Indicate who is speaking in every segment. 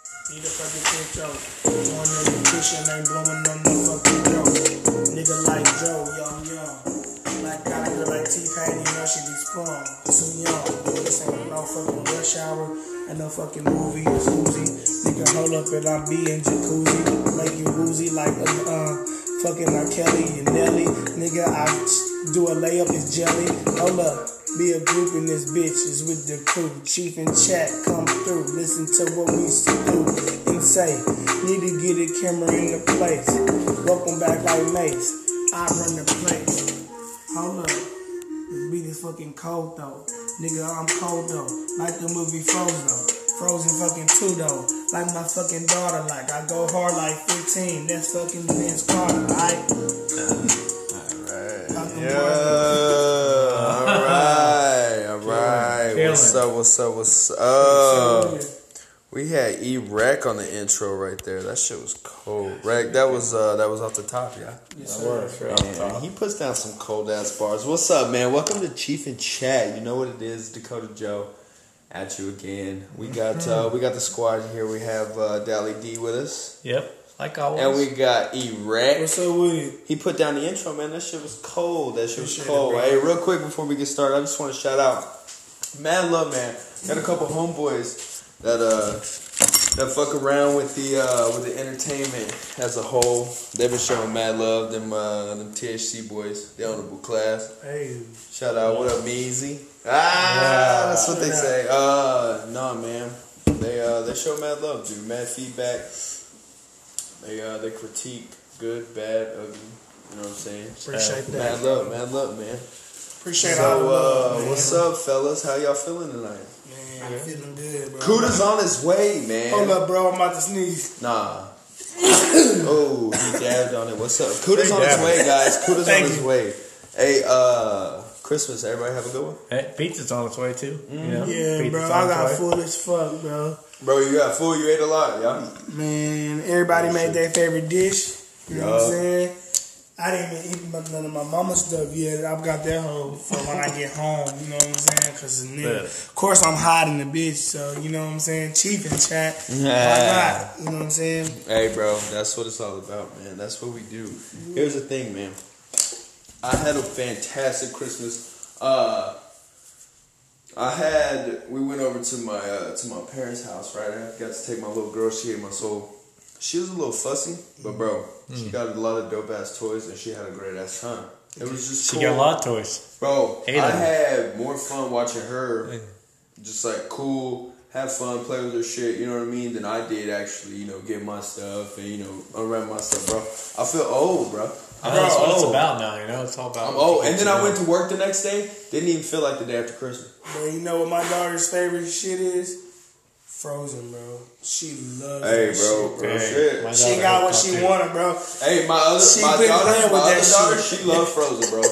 Speaker 1: See the fucking intro. On education ain't blowing on the fucking yo. Nigga like Joe, young, young. Like I look like T Pain, you know she be sprung. Too young. This ain't no fucking rush hour. Ain't no fucking movie or Uzi. Nigga, hold up and I'm being jacuzzi. Make you woozy like uh, uh fucking my Kelly and Nelly. Nigga, I do a layup, it's jelly. Hold up. Be a group in this bitch is with the crew. Chief and chat come through. Listen to what we used to do and say. Need to get a camera in the place. Welcome back like Mace. I run the place. Hold up. This beat is fucking cold though. Nigga, I'm cold though. Like the movie Frozen. Frozen fucking 2 though. Like my fucking daughter. Like I go hard like 15. That's fucking Vince Carter. Like fucking
Speaker 2: Yeah.
Speaker 1: Marvin.
Speaker 2: All right. All right.
Speaker 3: Killing.
Speaker 2: What's up? What's up? What's
Speaker 1: So,
Speaker 4: Uh,
Speaker 2: up?
Speaker 1: yeah.
Speaker 2: We had E Rec on the intro right there. That shit was cold. Rec, that was uh, that was off the top, yeah.
Speaker 1: Yes,
Speaker 3: That
Speaker 1: sir.
Speaker 3: works, right?
Speaker 4: Man, he puts down some cold ass bars. What's up, man? Welcome to Chief and Chat. You know what it is, Dakota Joe, at you again. We got uh,
Speaker 1: Mm-hmm.
Speaker 4: we got the squad here. We have uh, Dally D with us,
Speaker 3: Yep. Like always.
Speaker 4: and we got Erect.
Speaker 1: What's up with it?
Speaker 4: He put down the intro, man. That shit was cold. That shit was
Speaker 1: Appreciate it,
Speaker 4: cold.
Speaker 1: bro.
Speaker 4: Hey, real quick before we get started, I just want to shout out, man, love, man. Got a couple homeboys that uh that fuck around with the uh, with the entertainment as a whole. They've been showing mad love. Them uh, them THC boys, the honorable class.
Speaker 1: Hey,
Speaker 4: Shout out, what up, Measy? Ah, that's what they say. Uh, no, man, they uh they show mad love, dude. Mad feedback. They uh they critique good, bad, ugly. You know what I'm saying?
Speaker 1: appreciate that.
Speaker 4: Mad love, mad love, Uh, man.
Speaker 1: Appreciate all the
Speaker 4: So
Speaker 1: love,
Speaker 4: uh,
Speaker 1: man.
Speaker 4: what's up, fellas? How y'all feeling tonight?
Speaker 1: Man, I'm feeling good, bro.
Speaker 4: Cuda's on his way, man.
Speaker 1: Hold up, bro. I'm about to sneeze.
Speaker 4: Nah. oh, he dabbed on it. What's up? Kudos
Speaker 3: They
Speaker 4: on his
Speaker 3: dabbing.
Speaker 4: way, guys. Kudos on
Speaker 3: Thank
Speaker 4: his
Speaker 3: you.
Speaker 4: way. Hey, uh, Christmas. Everybody have a good one,
Speaker 3: Hey, pizza's on its way too. you
Speaker 4: Mm-hmm.
Speaker 3: know?
Speaker 1: Yeah,
Speaker 3: Pizza's
Speaker 1: bro. I
Speaker 3: on its
Speaker 1: got
Speaker 3: way.
Speaker 1: full as fuck, bro.
Speaker 4: bro. You got full. You ate a lot, yeah.
Speaker 1: Man, everybody made their favorite dish. You know what
Speaker 4: Yeah.
Speaker 1: I'm saying? I didn't even eat my- none of my mama's stuff yet. I've got that hoe for when I get home. You know what I'm saying? Cause nigga,
Speaker 3: Yeah.
Speaker 1: of course I'm hiding the bitch. So you know what I'm saying? Chief and chat.
Speaker 4: Yeah.
Speaker 1: Why not? You know what I'm saying?
Speaker 4: Hey, bro. That's what it's all about, man. That's what we do. Here's the thing, man. I had a fantastic Christmas. Uh, I had. We went over to my uh, to my parents' house, right? I got to take my little girl. She ate my soul. She was a little fussy, but bro, she
Speaker 3: Mm.
Speaker 4: got a lot of dope ass toys, and she had a great ass time. It was just
Speaker 3: She
Speaker 4: cool.
Speaker 3: got a lot of toys.
Speaker 4: Bro,
Speaker 3: Hate
Speaker 4: I
Speaker 3: her.
Speaker 4: had more fun watching her just like cool, have fun, play with her shit, you know what I mean, than I did actually, you know, get my stuff and, you know, unwrap my stuff, bro. I feel old, bro. I
Speaker 3: I
Speaker 4: feel
Speaker 3: know that's what it's
Speaker 4: old.
Speaker 3: about now. You know, it's all about.
Speaker 4: I'm
Speaker 3: what you
Speaker 4: old.
Speaker 3: get
Speaker 4: And then I went to work the next day, didn't even feel like the day after Christmas.
Speaker 1: Bro, you know what my daughter's favorite shit is? Frozen, bro. She loves
Speaker 4: Hey,
Speaker 1: that
Speaker 4: bro,
Speaker 1: shit.
Speaker 4: bro,
Speaker 3: Hey,
Speaker 4: shit.
Speaker 3: my
Speaker 1: She
Speaker 3: daughter
Speaker 1: got what
Speaker 3: thought
Speaker 1: she
Speaker 3: too.
Speaker 1: wanted, bro.
Speaker 4: Hey, my other,
Speaker 1: She
Speaker 4: my
Speaker 1: been
Speaker 4: daughter,
Speaker 1: playing
Speaker 4: my
Speaker 1: with
Speaker 4: other
Speaker 1: that
Speaker 4: daughter,
Speaker 1: shit.
Speaker 4: she loved Frozen, bro.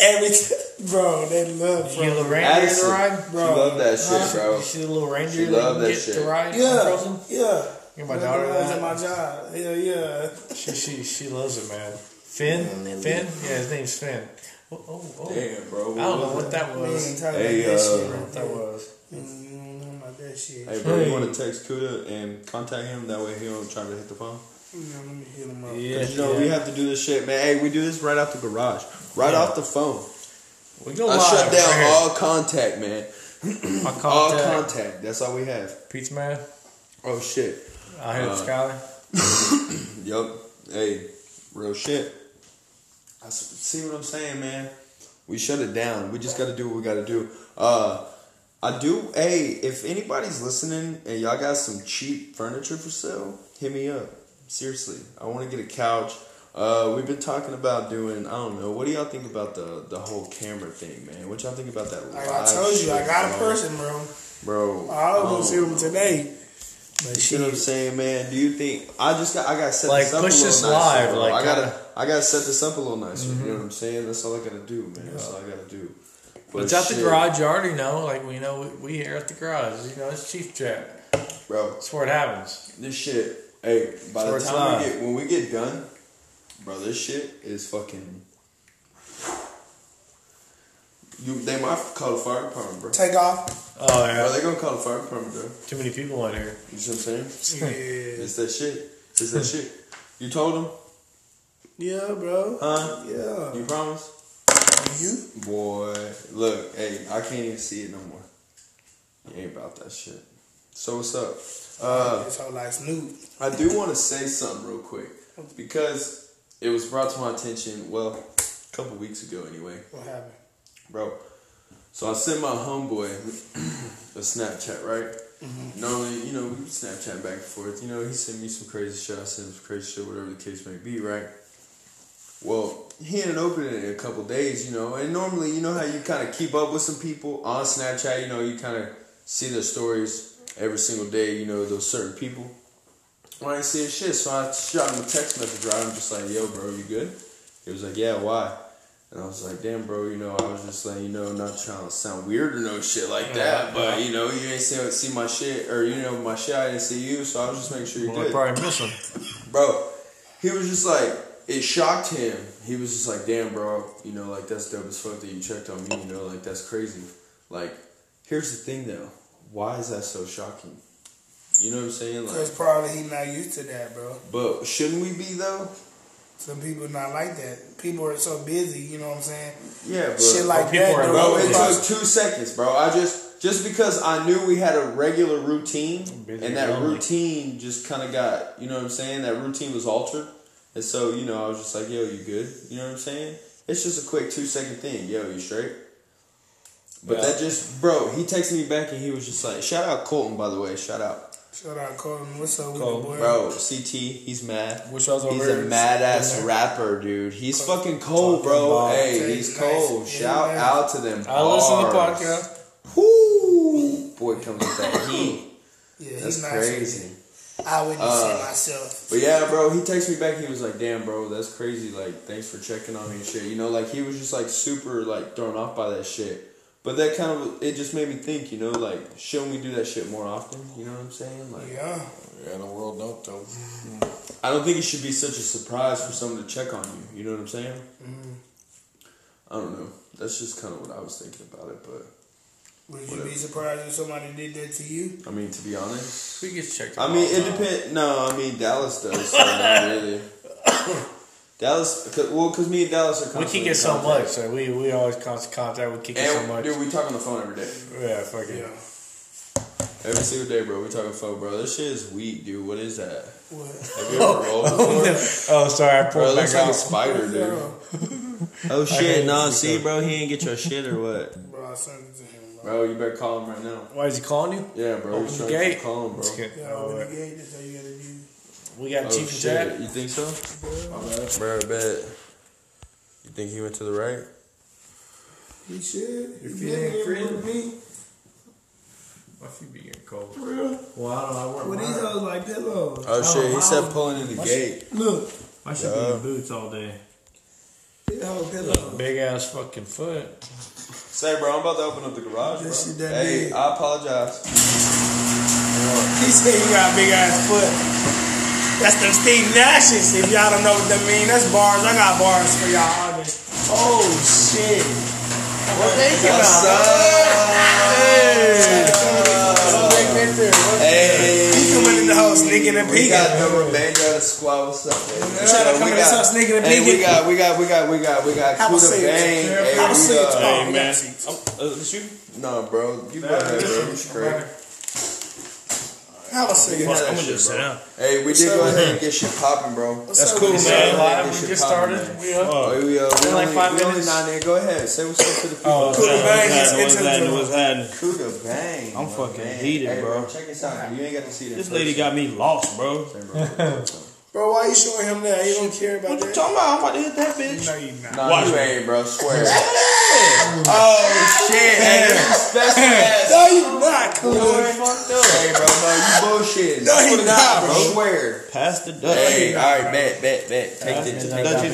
Speaker 1: Every t- bro, they love
Speaker 3: You get a little
Speaker 1: Frozen.
Speaker 3: reindeer to
Speaker 4: Addison.
Speaker 3: ride,
Speaker 4: She
Speaker 3: bro.
Speaker 4: loved that
Speaker 3: Huh?
Speaker 4: shit, bro.
Speaker 3: You see the little reindeer
Speaker 4: She loved
Speaker 3: you
Speaker 4: that
Speaker 3: get to
Speaker 4: shit.
Speaker 3: ride?
Speaker 1: Yeah,
Speaker 3: Frozen?
Speaker 1: yeah.
Speaker 3: You're my
Speaker 1: They're the
Speaker 3: daughter.
Speaker 1: ones at
Speaker 3: that.
Speaker 1: uh, my job. Hell yeah.
Speaker 3: She, she, she loves it, man. Finn? Finn? Yeah, his name's Finn. Oh, oh, oh.
Speaker 4: Damn, bro.
Speaker 3: I
Speaker 4: what
Speaker 3: don't know
Speaker 4: was
Speaker 3: what that
Speaker 1: We ain't
Speaker 3: was.
Speaker 1: talking
Speaker 4: Hey,
Speaker 1: about that
Speaker 4: uh,
Speaker 1: shit right
Speaker 3: That
Speaker 1: there.
Speaker 3: was.
Speaker 1: Mm, you don't know about that shit.
Speaker 4: that? Hey, bro,
Speaker 3: Hey.
Speaker 4: you want to text Kuda and contact him? That way he don't try to hit the phone.
Speaker 1: You know, let me hit him up.
Speaker 3: Yeah,
Speaker 4: 'Cause, you know, we have to do this shit, man. Hey, we do this right off the garage, right
Speaker 3: Yeah.
Speaker 4: off the phone.
Speaker 3: we go
Speaker 4: I
Speaker 3: live.
Speaker 4: shut down
Speaker 3: right
Speaker 4: all contact, man.
Speaker 3: here. I'll
Speaker 4: All
Speaker 3: call contact.
Speaker 4: contact. That's all we have.
Speaker 3: Pizza man.
Speaker 4: Oh shit.
Speaker 3: I hit
Speaker 4: Uh,
Speaker 3: up Skyler.
Speaker 4: Yup. Hey, real shit. I s- see what I'm saying, man. We shut it down. We just got to do what we got to do. Uh, I do. Hey, if anybody's listening and y'all got some cheap furniture for sale, hit me up. Seriously, I want to get a couch. Uh, we've been talking about doing. I don't know. What do y'all think about the the whole camera thing, man? What y'all think about that?
Speaker 1: Like I
Speaker 4: live
Speaker 1: told you, I
Speaker 4: shit,
Speaker 1: got a
Speaker 4: bro?
Speaker 1: person, bro.
Speaker 4: bro.
Speaker 1: I was gonna
Speaker 4: um,
Speaker 1: see him today. But
Speaker 4: you know what I'm
Speaker 1: she
Speaker 4: saying, man? Do you think I just got I got to set
Speaker 3: Like,
Speaker 4: this up
Speaker 3: push
Speaker 4: a little
Speaker 3: this
Speaker 4: nicer,
Speaker 3: live,
Speaker 4: bro.
Speaker 3: like,
Speaker 4: I gotta
Speaker 3: kinda- Mm-hmm.
Speaker 4: I gotta set this up a little nicer. You know what I'm saying? That's all I gotta do, man. That's all I gotta do. But
Speaker 3: It's at the
Speaker 4: shit,
Speaker 3: garage. You already know. Like, we know we, we here at the garage. You know, it's Chief Jack.
Speaker 4: bro.
Speaker 3: That's where it happens.
Speaker 4: This shit, hey. By
Speaker 3: So
Speaker 4: the
Speaker 3: it's
Speaker 4: time we
Speaker 3: live.
Speaker 4: get when we get done, bro, this shit is fucking. You, they might call the fire department, bro.
Speaker 1: Take off.
Speaker 3: Oh,
Speaker 4: Bro,
Speaker 3: yeah.
Speaker 4: they gonna call the fire department, bro.
Speaker 3: Too many people on here.
Speaker 4: You see what I'm saying?
Speaker 1: Yeah.
Speaker 4: It's that shit. It's that shit. You told them,
Speaker 1: Yeah, bro.
Speaker 4: huh?
Speaker 1: Yeah.
Speaker 4: You promise?
Speaker 1: You?
Speaker 4: Boy, look, hey, I can't even see it no more. You ain't about that shit. So what's up? Uh,
Speaker 1: This whole like Snoop.
Speaker 4: I do want to say something real quick because it was brought to my attention. Well, a couple weeks ago, anyway,
Speaker 1: What happened?
Speaker 4: bro. So I sent my homeboy a Snapchat, right? Normally, you know, we Snapchat back and forth. You know, he sent me some crazy shit. I sent him some crazy shit, whatever the case may be, right? Well, he hadn't opened it in a couple days, you know. And normally, you know how you kind of keep up with some people on Snapchat. You know, you kind of see their stories every single day. You know, those certain people. Well, I ain't seeing shit, so I shot him a text message. Right, I'm just like, "Yo, bro, you good?" He was like, "Yeah, why?" And I was like, "Damn, bro, you know, I was just like, you know, not trying to sound weird or no shit like that, but you know, you ain't see, see my shit or you know my shit. I didn't see you, so I was just making sure you're
Speaker 3: Well, I
Speaker 4: good."
Speaker 3: probably miss them.
Speaker 4: bro he was just like it shocked him he was just like damn bro you know like that's dope as fuck that you checked on me you know like that's crazy like here's the thing though why is that so shocking you know what i'm saying like
Speaker 1: Because probably he not used to that, bro.
Speaker 4: but shouldn't we be though
Speaker 1: Some people not like that. People are so busy, you know what I'm saying?
Speaker 4: yeah bro
Speaker 1: Shit like
Speaker 3: people
Speaker 1: that,
Speaker 3: are
Speaker 1: bro.
Speaker 4: bro it
Speaker 1: it's
Speaker 3: Yeah.
Speaker 4: took two seconds bro i just just because i knew we had a regular routine
Speaker 3: Busy
Speaker 4: and that
Speaker 3: lonely.
Speaker 4: routine just kind of got you know what i'm saying that routine was altered and so you know i was just like yo you good you know what i'm saying it's just a quick two second thing yo you straight but
Speaker 3: Yeah.
Speaker 4: that just bro he texted me back and he was just like shout out colton by the way shout out
Speaker 1: Shout out Colton. What's up with
Speaker 3: Colton,
Speaker 1: the boy?
Speaker 4: bro ct he's mad
Speaker 3: Wish I was over
Speaker 4: He's a
Speaker 3: here.
Speaker 4: mad ass
Speaker 3: Yeah.
Speaker 4: rapper, dude. He's
Speaker 1: Cold.
Speaker 4: fucking cold, bro.
Speaker 3: Talking
Speaker 4: Hey,
Speaker 1: balls.
Speaker 4: he's cold.
Speaker 1: Nice.
Speaker 4: Shout
Speaker 1: Yeah.
Speaker 4: out to them.
Speaker 3: I listen to
Speaker 4: bars.
Speaker 3: podcasts.
Speaker 4: Whoo! Boy comes with that heat.
Speaker 1: Yeah,
Speaker 4: That's
Speaker 1: he's not
Speaker 4: crazy.
Speaker 1: I wouldn't
Speaker 4: Uh,
Speaker 1: see myself.
Speaker 4: But yeah, bro, he texted me back. He was like, "Damn, bro, that's crazy. Like, thanks for checking on me and shit." You know, like he was just like super like thrown off by that shit. But that kind of it just made me think. You know, like shouldn't we do that shit more often? You know what I'm saying? Like,
Speaker 1: Yeah.
Speaker 3: Yeah, the world don't though.
Speaker 4: I don't think it should be such a surprise for someone to check on you. You know what I'm saying?
Speaker 1: Mm.
Speaker 4: I don't know. That's just kind of what I was thinking about it. But
Speaker 1: Would you
Speaker 4: Whatever.
Speaker 1: be surprised if somebody did that to you?
Speaker 4: I mean, to be honest,
Speaker 3: We get checked.
Speaker 4: I mean, it depends. No, I mean Dallas does. So not really. Dallas, cause, well, because me and Dallas are.
Speaker 3: We
Speaker 4: constantly
Speaker 3: kick
Speaker 4: in
Speaker 3: it so
Speaker 4: contact.
Speaker 3: much. So we we always constant contact. We kick it so
Speaker 4: And
Speaker 3: much.
Speaker 4: dude, we talk on the phone every day,
Speaker 3: Yeah, fuck it.
Speaker 1: Yeah.
Speaker 4: every single day, bro. We talk on the phone, bro. This shit is weak, dude. What is that?
Speaker 1: What?
Speaker 4: Have you ever rolled before?
Speaker 3: Oh, sorry, I
Speaker 4: Bro, it
Speaker 3: pulled back
Speaker 4: looks like a
Speaker 3: out.
Speaker 4: spider, dude.
Speaker 1: Bro,
Speaker 4: Oh
Speaker 3: hate
Speaker 4: shit, nah.
Speaker 3: this
Speaker 4: See,
Speaker 3: stuff.
Speaker 4: bro, he ain't get your shit or what?
Speaker 1: bro, I sent it to him, bro.
Speaker 4: Bro, you better call him right now.
Speaker 3: Why is he calling you?
Speaker 4: Yeah, bro.
Speaker 3: Open
Speaker 4: He's
Speaker 3: the
Speaker 4: trying to
Speaker 3: gate.
Speaker 4: call him, bro.
Speaker 3: It's good.
Speaker 1: Yeah,
Speaker 3: Oh,
Speaker 1: open the
Speaker 3: wait.
Speaker 1: gate. That's all you gotta do.
Speaker 3: we got
Speaker 4: Oh
Speaker 3: Chief and
Speaker 4: shit,
Speaker 3: Jack.
Speaker 4: you think so? Bro, I bet. You think he went to the right?
Speaker 1: You should.
Speaker 3: If
Speaker 1: You
Speaker 3: you ain't
Speaker 1: ain't
Speaker 3: free.
Speaker 1: with me.
Speaker 3: My feet be getting cold.
Speaker 1: For real.
Speaker 3: Well, I don't know. I wear
Speaker 1: With
Speaker 3: mine.
Speaker 1: these hoes like pillows.
Speaker 4: Oh, shit, he
Speaker 3: wow.
Speaker 4: said pulling in the
Speaker 3: Why
Speaker 4: gate.
Speaker 1: Look,
Speaker 3: I should be
Speaker 4: Yeah.
Speaker 3: in boots all day.
Speaker 1: these hoes pillows.
Speaker 3: Big ass fucking foot.
Speaker 4: Say, bro, I'm about to open up the garage,
Speaker 1: That
Speaker 4: bro.
Speaker 1: shit that
Speaker 4: hey,
Speaker 1: big.
Speaker 4: I apologize.
Speaker 1: He said you got a big ass foot. That's them Steve Nashes. If y'all don't know what that mean, that's bars. I got bars for y'all. all day. Oh shit. Well, thank you.
Speaker 4: What's up?
Speaker 1: He
Speaker 4: Hey,
Speaker 1: coming in the house sneaking and
Speaker 4: we
Speaker 1: peeking.
Speaker 4: got the remainder of the squad. What's up, man?
Speaker 1: Shout out coming to us, nigga, the
Speaker 4: hey, we
Speaker 1: bigot.
Speaker 4: got, we got, we got, we got, we got
Speaker 1: Have a
Speaker 4: Kuda
Speaker 1: seat.
Speaker 4: Bang. Hey,
Speaker 1: Have a
Speaker 4: we
Speaker 1: seat.
Speaker 4: got,
Speaker 1: Oh, we got seats.
Speaker 3: uh,
Speaker 4: no, bro, you go ahead, bro. You straight.
Speaker 1: Have a seat.
Speaker 4: Fuck, I'm gonna just sit Hey, we did go ahead and get shit popping, bro.
Speaker 1: That's
Speaker 3: Cool,
Speaker 4: Just
Speaker 3: man.
Speaker 4: man.
Speaker 3: Live,
Speaker 4: Get
Speaker 3: we
Speaker 4: your
Speaker 3: get
Speaker 4: poppin',
Speaker 3: started. We up.
Speaker 4: Oh, we, uh, we
Speaker 3: In like
Speaker 4: only,
Speaker 3: five
Speaker 4: we only
Speaker 3: minutes.
Speaker 4: not there. Go ahead, say what's up to the people.
Speaker 3: Oh,
Speaker 1: Cool, man. It's-
Speaker 5: What's
Speaker 1: it's
Speaker 5: happening?
Speaker 1: a-
Speaker 5: What's happening?
Speaker 4: Kuda Bang.
Speaker 5: I'm
Speaker 4: my
Speaker 5: fucking
Speaker 4: man.
Speaker 5: heated,
Speaker 4: hey,
Speaker 5: bro.
Speaker 4: Check this out. You ain't got to see that.
Speaker 5: This lady got me lost, bro.
Speaker 4: Hey, bro.
Speaker 1: Bro, why you showing him that? He don't care about
Speaker 5: What you
Speaker 1: that.
Speaker 5: talking about? I'm about to hit that bitch.
Speaker 1: No, you not.
Speaker 4: Nah,
Speaker 5: Watch
Speaker 4: you
Speaker 5: me.
Speaker 4: ain't, bro. Swear. oh shit! Hey, this is special ass.
Speaker 1: No, you not,
Speaker 4: Boy,
Speaker 1: cool.
Speaker 4: fucked up. Hey, bro, no, you bullshitting.
Speaker 1: No, he
Speaker 4: Swear to
Speaker 1: not,
Speaker 4: God,
Speaker 1: bro.
Speaker 4: Swear.
Speaker 5: Pass the duck.
Speaker 4: Hey, all right, bet, bet, bet. Take that, take that, take that, take that,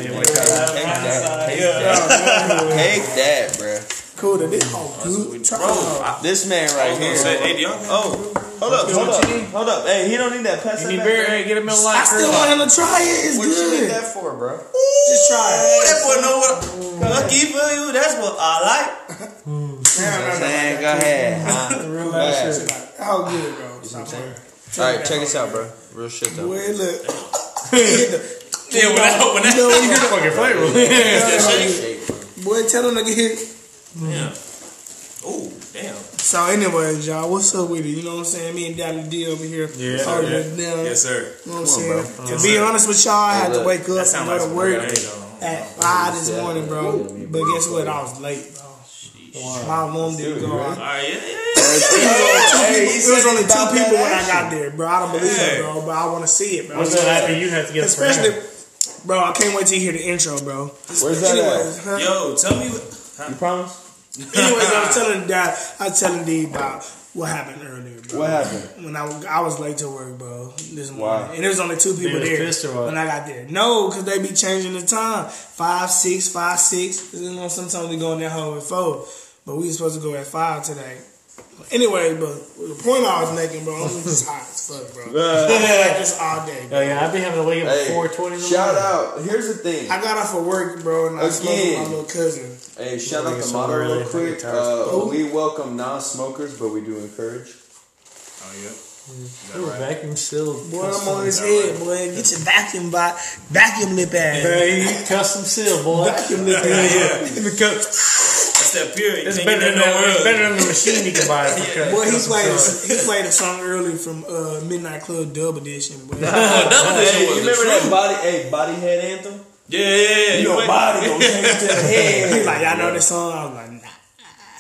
Speaker 4: take that, take that, bro.
Speaker 1: Cool to this. Oh, good time.
Speaker 4: This man
Speaker 5: I
Speaker 4: right
Speaker 5: was gonna
Speaker 4: here.
Speaker 5: say, hey, do y'all got-
Speaker 4: Oh, hold up, hold up, hold up. Hey, he don't need that. Pass
Speaker 3: You
Speaker 4: that
Speaker 3: need
Speaker 4: back,
Speaker 3: beer?
Speaker 4: bro.
Speaker 3: Hey, get him in
Speaker 1: I
Speaker 3: line.
Speaker 1: still want him to try it. It's
Speaker 4: What you need
Speaker 1: good.
Speaker 4: that for, bro?
Speaker 1: Just try
Speaker 5: Oh,
Speaker 1: it.
Speaker 5: that boy know what. Lucky for you, that's what I like.
Speaker 4: Man, go ahead. huh?
Speaker 1: The real
Speaker 4: Bad.
Speaker 1: life shit. Like, How good, bro? Stop playing.
Speaker 4: All right, check this out, bro. Real shit though.
Speaker 1: Boy, look. Hit the-
Speaker 5: Yeah, when that, when that,
Speaker 1: You know what?
Speaker 3: Fucking flavor.
Speaker 1: Boy, tell them nigga hit.
Speaker 5: yeah. Oh, damn.
Speaker 1: So, anyways, y'all, what's up with it? You know what I'm saying? Me and Daddy D over here.
Speaker 3: Yeah,
Speaker 1: Sorry,
Speaker 5: yeah.
Speaker 1: down.
Speaker 5: Yes, sir.
Speaker 1: You know what I'm
Speaker 4: Come
Speaker 1: saying?
Speaker 4: on,
Speaker 1: to be honest with y'all, I had to
Speaker 4: look,
Speaker 1: wake up
Speaker 5: That
Speaker 1: and
Speaker 5: sounds
Speaker 1: go
Speaker 5: like
Speaker 1: to
Speaker 5: some
Speaker 1: work
Speaker 5: weird shit, though.
Speaker 1: at five this
Speaker 4: Yeah.
Speaker 1: morning, bro. But guess what? I was late, bro. My mom didn't go.
Speaker 5: All right, yeah, yeah, yeah.
Speaker 1: It was only two people when I got there, bro. I don't believe
Speaker 5: Hey.
Speaker 1: it, bro. But I want to see it, bro.
Speaker 3: What's that happen? You have to get a
Speaker 1: Especially,
Speaker 3: friend.
Speaker 1: bro. I can't wait to hear the intro, bro.
Speaker 4: Where's that
Speaker 1: Anyways, huh?
Speaker 5: Yo, tell me. what-
Speaker 4: at? You promise?
Speaker 1: Anyways, I was telling Dad, I was telling D about what happened earlier, bro.
Speaker 4: What happened?
Speaker 1: When I, I was late to work, bro, this morning,
Speaker 4: Why?
Speaker 1: and there was only two people
Speaker 3: was
Speaker 1: there
Speaker 3: pissed or what?
Speaker 1: when I got there. No, because they be changing the time, five, six, five, six. You know, sometimes we go in that home at four, but we were supposed to go at five today. Anyway, but the point I was making, bro, I'm just hot as fuck, bro. I've been like this all day.
Speaker 3: Oh, yeah, I've been having to wake up at
Speaker 4: Hey,
Speaker 3: 420 in the
Speaker 4: shout
Speaker 3: morning.
Speaker 4: out. Here's the thing.
Speaker 1: I got off of work, bro, and I smoked with my
Speaker 4: Again.
Speaker 1: little cousin.
Speaker 4: Hey, shout out
Speaker 3: it's
Speaker 4: to
Speaker 3: so
Speaker 4: Motto
Speaker 3: early,
Speaker 4: real quick.
Speaker 3: fucking
Speaker 4: Uh, we welcome non-smokers, but we do encourage.
Speaker 5: Oh, yeah.
Speaker 3: Ooh, vacuum sealed.
Speaker 1: Boy, I'm on his head, boy. Get your vacuum by vacuum lip ass.
Speaker 3: Hey, custom seal, boy.
Speaker 1: Vacuum lip ass.
Speaker 3: Because
Speaker 5: That's that period.
Speaker 3: it's
Speaker 5: It's
Speaker 3: better than,
Speaker 5: no
Speaker 3: that, it's
Speaker 5: world.
Speaker 3: better than the machine you can buy. For cu-
Speaker 1: Boy, he
Speaker 3: custom
Speaker 1: played
Speaker 3: seal.
Speaker 1: a, he played a song early from uh, Midnight Club Dub Edition. Boy.
Speaker 5: Oh, that one
Speaker 4: Hey,
Speaker 5: is
Speaker 4: you
Speaker 5: was the
Speaker 4: remember
Speaker 5: truth.
Speaker 4: that body? Hey, body head anthem.
Speaker 5: Yeah, yeah, yeah. You
Speaker 4: Your
Speaker 5: went-
Speaker 4: body gonna change
Speaker 1: He
Speaker 4: to the
Speaker 1: was
Speaker 4: head.
Speaker 1: like, y'all know this song? I was like, nah.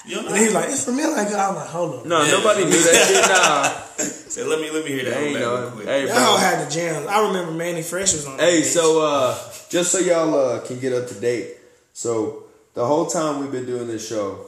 Speaker 5: You
Speaker 1: And he
Speaker 5: know?
Speaker 1: was like, it's from Midnight Club. I was like, hold up.
Speaker 4: No, nobody knew that
Speaker 5: Say, let me let me hear
Speaker 4: shit. Nah,
Speaker 5: that
Speaker 4: they ain't
Speaker 5: one back real
Speaker 4: know.
Speaker 5: quick.
Speaker 4: Hey,
Speaker 1: Y'all
Speaker 4: bro.
Speaker 1: had the jams. I remember Manny Fresh was on. that
Speaker 4: Hey,
Speaker 1: bitch.
Speaker 4: so uh, just so y'all uh, can get up to date, so the whole time we've been doing this show,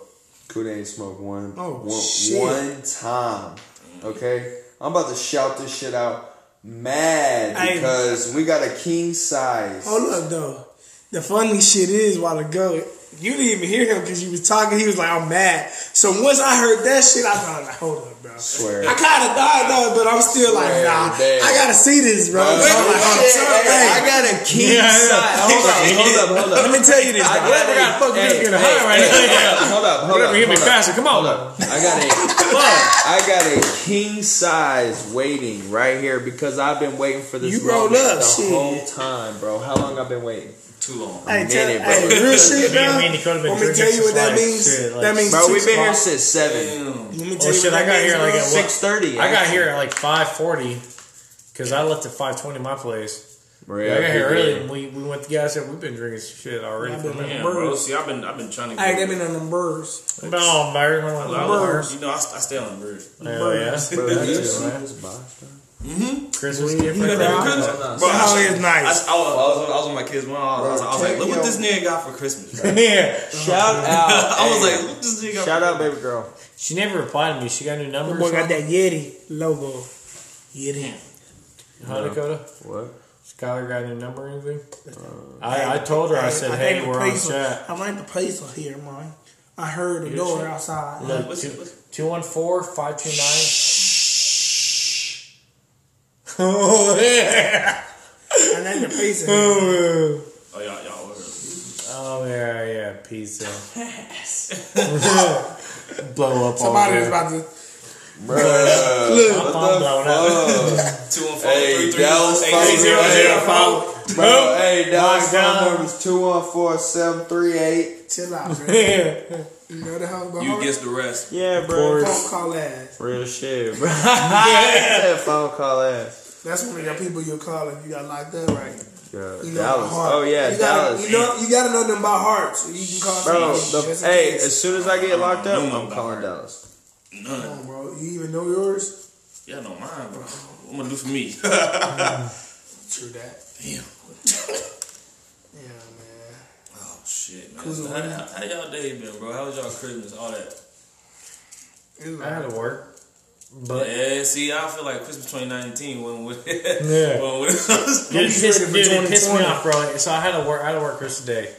Speaker 4: Kuda ain't smoked one,
Speaker 1: Oh,
Speaker 4: one-
Speaker 1: shit.
Speaker 4: one time. Okay, I'm about to shout this shit out mad
Speaker 1: Hey.
Speaker 4: because we got a king size.
Speaker 1: hold up Oh, though. The funny shit is while ago, you didn't even hear him because you was talking. He was like, I'm mad. So once I heard that shit, I thought, like, hold up, bro.
Speaker 4: Swear.
Speaker 1: I kind of thought though, but I'm still like,
Speaker 4: Swear
Speaker 1: nah.
Speaker 4: down.
Speaker 1: I gotta see this, bro.
Speaker 4: Bro,
Speaker 1: So I'm like,
Speaker 4: shit,
Speaker 1: oh,
Speaker 4: hey,
Speaker 1: hey,
Speaker 4: I got a king
Speaker 3: Yeah, yeah.
Speaker 4: size. Hold up, hold up, hold up.
Speaker 1: Let me tell you this.
Speaker 4: I
Speaker 1: Bro.
Speaker 4: got
Speaker 3: forgot
Speaker 4: a-
Speaker 3: fucking
Speaker 4: hey,
Speaker 3: music in
Speaker 4: hey,
Speaker 3: the high right
Speaker 4: hey,
Speaker 3: now.
Speaker 4: hey, Hold up, hold up.
Speaker 3: Whatever, hit me
Speaker 4: hold up.
Speaker 3: faster. Come on.
Speaker 4: Hold up. I got a I got a king size waiting right here because I've been waiting for this
Speaker 1: You rolled up,
Speaker 4: moment the
Speaker 1: shit.
Speaker 4: whole time. Bro, how long I've been waiting?
Speaker 5: Too long.
Speaker 1: Hey, tell,
Speaker 4: minute, bro.
Speaker 1: hey, real shit,
Speaker 3: Me
Speaker 1: bro.
Speaker 3: and Manny could've been
Speaker 1: Let me
Speaker 3: drinking
Speaker 1: tell you what
Speaker 3: since,
Speaker 1: that
Speaker 3: like,
Speaker 1: means.
Speaker 3: shit, like,
Speaker 1: that means
Speaker 4: Bro, we've
Speaker 1: six
Speaker 4: been here
Speaker 1: o'clock.
Speaker 4: since seven.
Speaker 5: Damn.
Speaker 1: Let me tell
Speaker 3: Oh,
Speaker 1: you
Speaker 3: shit,
Speaker 1: what
Speaker 3: I got
Speaker 1: that
Speaker 3: here
Speaker 1: means,
Speaker 3: like
Speaker 1: bro.
Speaker 3: at
Speaker 4: Six thirty.
Speaker 3: I got here at like 5.40 because I left at 5.20 my place. I got here early and we, we went to the gas station. We've been drinking shit already.
Speaker 1: I've
Speaker 3: for
Speaker 1: been
Speaker 3: me.
Speaker 5: Damn,
Speaker 1: Birds.
Speaker 5: bro. See, I've been I've been trying to.
Speaker 1: Hey,
Speaker 5: go-
Speaker 1: they been on them birds.
Speaker 3: Come on, Barry. Come
Speaker 5: I
Speaker 3: on,
Speaker 5: love
Speaker 3: Barry.
Speaker 5: birds. You know, I, I stay on birds.
Speaker 3: Hell yeah.
Speaker 4: Bro,
Speaker 3: That's
Speaker 4: you
Speaker 3: it,
Speaker 4: see
Speaker 3: man.
Speaker 4: this box, bro?
Speaker 3: Christmas
Speaker 1: Mm-hmm.
Speaker 3: gift.
Speaker 1: You
Speaker 3: right
Speaker 1: never
Speaker 3: there.
Speaker 1: heard
Speaker 4: no.
Speaker 5: Christmas. Bro, I
Speaker 1: Somehow
Speaker 5: should-
Speaker 1: it's nice.
Speaker 5: I, I, was, I, was, I was with my kids. When I was, I was like,
Speaker 4: Bro,
Speaker 5: look what
Speaker 4: take
Speaker 5: this nigga got for Christmas. bro.
Speaker 3: Yeah.
Speaker 4: Shout
Speaker 1: Oh,
Speaker 4: out.
Speaker 5: I
Speaker 4: hey,
Speaker 5: was like, look what this nigga got.
Speaker 4: shout
Speaker 5: for
Speaker 4: out, baby girl.
Speaker 3: She never replied to me. She Oh, got a new number.
Speaker 1: That
Speaker 3: or
Speaker 1: boy got
Speaker 3: something?
Speaker 1: that Yeti logo. Yeti.
Speaker 3: Huh, Dakota?
Speaker 4: What?
Speaker 3: Skylar got a new number or anything?
Speaker 4: Uh,
Speaker 3: I, I told her, I said,
Speaker 1: think
Speaker 3: hey,
Speaker 1: the
Speaker 3: we're on
Speaker 1: police are- I
Speaker 3: chat.
Speaker 1: think the police are here, man. I heard the
Speaker 3: Your
Speaker 1: door
Speaker 3: shit?
Speaker 1: outside.
Speaker 3: Look,
Speaker 5: What's-
Speaker 3: two-
Speaker 5: what's-
Speaker 3: 214 529. Oh, yeah.
Speaker 1: I think the police are here.
Speaker 3: Oh,
Speaker 5: Oh, y'all, y'all were.
Speaker 3: yeah, yeah, pizza. Blow up all
Speaker 1: Somebody
Speaker 3: day.
Speaker 1: is about to.
Speaker 4: Bro, what
Speaker 3: My phone blown
Speaker 4: the fuck?
Speaker 5: Two and four,
Speaker 4: Hey,
Speaker 5: three, three,
Speaker 4: Dallas
Speaker 5: eight,
Speaker 4: phone
Speaker 5: eight, zero,
Speaker 4: right
Speaker 5: zero.
Speaker 4: here. Bro, hey, Dallas phone
Speaker 3: God.
Speaker 4: number is 214 738.
Speaker 1: Chill out, bro.
Speaker 3: Yeah.
Speaker 1: You know the whole the
Speaker 5: You
Speaker 1: whole
Speaker 5: guess the rest.
Speaker 4: Yeah,
Speaker 3: bro.
Speaker 1: phone call ass.
Speaker 4: Real shit, bro. that phone call ass.
Speaker 1: That's one of the people you call if you got locked up, right?
Speaker 4: Yeah,
Speaker 1: You know by
Speaker 4: Dallas.
Speaker 1: heart.
Speaker 4: Oh yeah,
Speaker 1: you gotta,
Speaker 4: Dallas.
Speaker 1: You know, you gotta know them by heart, so you can call.
Speaker 4: Bro,
Speaker 1: somebody
Speaker 4: the,
Speaker 1: just in
Speaker 4: hey,
Speaker 1: case.
Speaker 4: as soon as I get locked
Speaker 5: I
Speaker 4: up,
Speaker 5: don't know
Speaker 4: I'm
Speaker 5: about
Speaker 4: calling
Speaker 5: her.
Speaker 4: Dallas.
Speaker 5: None.
Speaker 1: Come on, bro. You even know yours?
Speaker 5: Y'all know mine, bro. What I'm gonna do for me.
Speaker 1: True that.
Speaker 5: Damn.
Speaker 1: Yeah, man.
Speaker 5: Oh shit, man.
Speaker 1: Cool,
Speaker 5: So how,
Speaker 1: man.
Speaker 5: how, how y'all day been, bro? How was y'all Christmas? All that.
Speaker 1: It's
Speaker 3: I
Speaker 1: like-
Speaker 3: had to work. But
Speaker 5: yeah, see, I feel like Christmas 2019 wasn't with.
Speaker 3: Yeah.
Speaker 5: wasn't with us.
Speaker 3: Dude,
Speaker 1: Don't be
Speaker 3: it pissed,
Speaker 1: ready for
Speaker 3: dude, it pissed me
Speaker 1: 2020.
Speaker 3: off, bro. So I had to work. I had to work Christmas Day,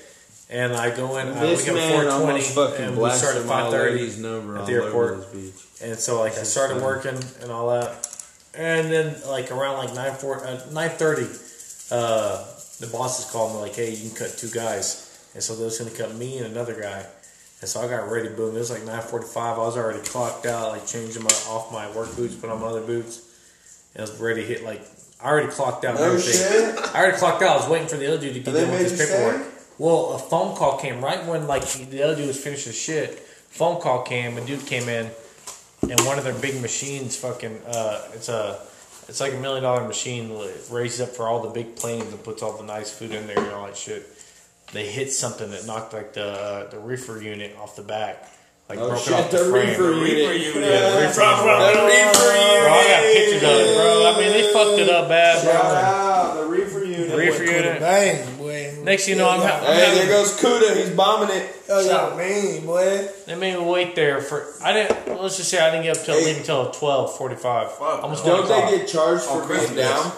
Speaker 3: and I go in. I
Speaker 4: This
Speaker 3: wake up
Speaker 4: man
Speaker 3: at four
Speaker 4: almost
Speaker 3: twenty,
Speaker 4: fucking
Speaker 3: and we start
Speaker 4: blasted
Speaker 3: at
Speaker 4: my
Speaker 3: five thirty.
Speaker 4: lady's number
Speaker 3: at
Speaker 4: all
Speaker 3: the
Speaker 4: over
Speaker 3: airport.
Speaker 4: this beach.
Speaker 3: And so like I started working and all that, and then like around like nine four uh, nine thirty, uh, the bosses called me like, hey, you can cut two guys, and so they was gonna cut me and another guy, and so I got ready. Boom, it was like nine forty five. I was already clocked out, like changing my off my work boots, put on my other boots, and I was ready to hit like. I already clocked out. and
Speaker 1: Oh,
Speaker 4: No
Speaker 3: everything.
Speaker 4: shit.
Speaker 3: I already clocked out. I was waiting for the other dude to get
Speaker 4: And they
Speaker 3: done with
Speaker 4: made
Speaker 3: his
Speaker 4: you
Speaker 3: paperwork. Well, a phone call came right when like the other dude was finishing shit. Phone call came. A dude came in, and one of their big machines fucking. Uh, it's a. It's like a million dollar machine that raises up for all the big planes and puts all the nice food in there and all that shit. They hit something that knocked like the uh, the reefer unit off the back, like
Speaker 4: Oh
Speaker 3: broke it
Speaker 4: shit,
Speaker 3: off the,
Speaker 4: the
Speaker 3: frame.
Speaker 4: reefer
Speaker 5: Reaper
Speaker 4: unit.
Speaker 5: unit.
Speaker 3: Yeah, the reefer unit.
Speaker 5: Bro,
Speaker 2: The reefer
Speaker 3: Bro, I got pictures of it, bro. I mean, they fucked it up bad,
Speaker 4: Shout
Speaker 3: bro.
Speaker 4: out the reefer unit.
Speaker 3: Reefer unit.
Speaker 1: Bang, boy.
Speaker 3: Next thing you know, I'm, ha- I'm
Speaker 4: Hey,
Speaker 3: having-
Speaker 4: there goes Cuda. He's bombing it.
Speaker 1: Oh, y'all mean, boy.
Speaker 3: They made me wait there for I didn't let's just say I didn't get up till
Speaker 4: Hey.
Speaker 3: leave until twelve forty five.
Speaker 5: Fuck,
Speaker 3: Almost one
Speaker 4: Don't
Speaker 3: o'clock.
Speaker 4: they get charged for
Speaker 3: Oh,
Speaker 5: On
Speaker 4: being
Speaker 5: Christmas.
Speaker 4: down?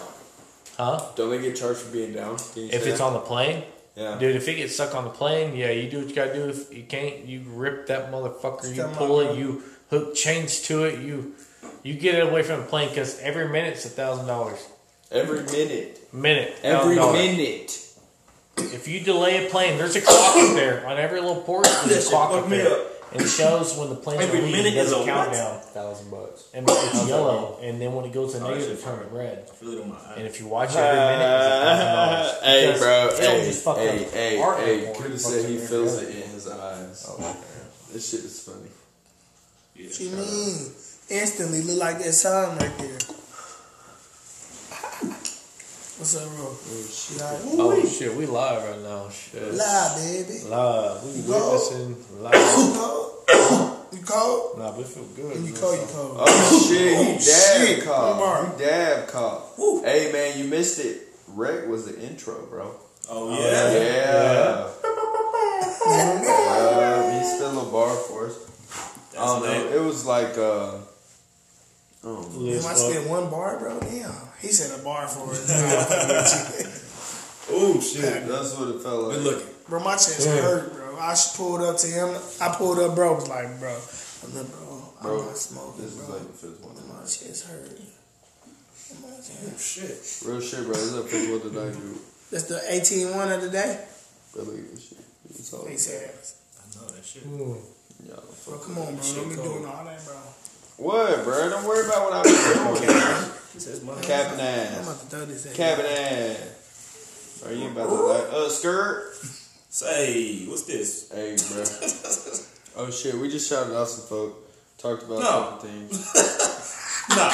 Speaker 3: huh?
Speaker 4: Don't they get charged for being down? Can you
Speaker 3: If
Speaker 4: say
Speaker 3: it's
Speaker 4: that?
Speaker 3: on the plane.
Speaker 4: yeah.
Speaker 3: Dude, if it gets stuck on the plane, yeah, you do what you gotta do. If you can't, you rip that motherfucker, you
Speaker 1: Come on,
Speaker 3: pull
Speaker 1: bro.
Speaker 3: it, you hook chains to it, you you get it away from the plane because every minute's a thousand dollars.
Speaker 4: Every minute.
Speaker 3: Minute.
Speaker 4: Every
Speaker 3: $1,000.
Speaker 4: minute.
Speaker 3: If you delay a plane, there's a clock up there. On every little port, there's a
Speaker 5: shit
Speaker 3: clock
Speaker 5: fucked
Speaker 3: up
Speaker 5: me
Speaker 3: there.
Speaker 5: up.
Speaker 3: And it shows when the plane's
Speaker 5: Every
Speaker 3: leaving,
Speaker 5: minute
Speaker 3: there's
Speaker 5: is a what?
Speaker 3: countdown.
Speaker 4: Thousand bucks.
Speaker 3: And it's yellow, and then when it goes to
Speaker 5: Oh,
Speaker 3: negative, it turns red.
Speaker 5: Feel it in my eye.
Speaker 3: And if you watch it every minute, it's a
Speaker 4: hey, bro.
Speaker 3: thousand dollars. Because it'll
Speaker 4: Hey,
Speaker 3: just fuck
Speaker 4: hey,
Speaker 3: up
Speaker 4: hey,
Speaker 3: our
Speaker 4: hey.
Speaker 3: report.
Speaker 4: Cuda
Speaker 3: Fuck
Speaker 4: said he
Speaker 3: up
Speaker 4: feels
Speaker 3: everything.
Speaker 4: it in his eyes. This shit is funny.
Speaker 1: What you mean? Instantly look like that sign right there. What's up, bro? You all right?
Speaker 3: Oh shit, we live right now. Shit,
Speaker 1: Lie, baby.
Speaker 3: live. We
Speaker 1: Go.
Speaker 3: witnessing live.
Speaker 1: You cold? You cold?
Speaker 3: Nah, but it feel good.
Speaker 1: When you
Speaker 3: man.
Speaker 1: cold, you cold.
Speaker 4: Oh shit, he dab
Speaker 1: shit.
Speaker 4: caught.
Speaker 1: Omar.
Speaker 4: He dab caught.
Speaker 1: Woo.
Speaker 4: Hey man, you missed it. Wreck was the intro, bro.
Speaker 5: Oh yeah.
Speaker 4: Yeah. Uh, he's still a bar for us. I don't
Speaker 5: That's
Speaker 4: know. It was like uh oh,
Speaker 1: You
Speaker 3: Live
Speaker 1: might
Speaker 3: fuck.
Speaker 1: spend one bar, bro? Damn. He said a bar for it.
Speaker 5: Oh shit.
Speaker 4: that's what it felt like.
Speaker 5: Good looking.
Speaker 1: bro, my chest
Speaker 3: Yeah.
Speaker 1: hurt, bro. I sh- pulled up to him. I pulled up, bro. was like, bro, I'm not, bro. I'm
Speaker 4: Bro,
Speaker 1: not smoking,
Speaker 4: This is
Speaker 1: bro.
Speaker 4: like the fifth one.
Speaker 1: my chest hurt. My chest-
Speaker 5: Shit.
Speaker 4: Real shit, bro. This is the fifth one that I do.
Speaker 1: That's the 18 one of the day.
Speaker 4: Really good shit. It's all
Speaker 1: He said,
Speaker 5: I know Oh, that shit.
Speaker 3: Mm.
Speaker 4: y'all
Speaker 1: bro,
Speaker 4: fuck.
Speaker 1: come on, bro.
Speaker 5: Shit
Speaker 1: Don't be
Speaker 5: cold.
Speaker 1: doing all that, bro.
Speaker 4: What, bro? Don't worry about what I'm doing.
Speaker 5: He says my
Speaker 4: Cabin
Speaker 1: I'm
Speaker 4: ass.
Speaker 1: about to throw this at
Speaker 4: Cabin ass. Are you about to like uh skirt?
Speaker 5: Say, what's this?
Speaker 4: Hey, bro. oh shit, we just shouted out some folk. Talked about
Speaker 5: No.
Speaker 4: some things.
Speaker 5: Nah.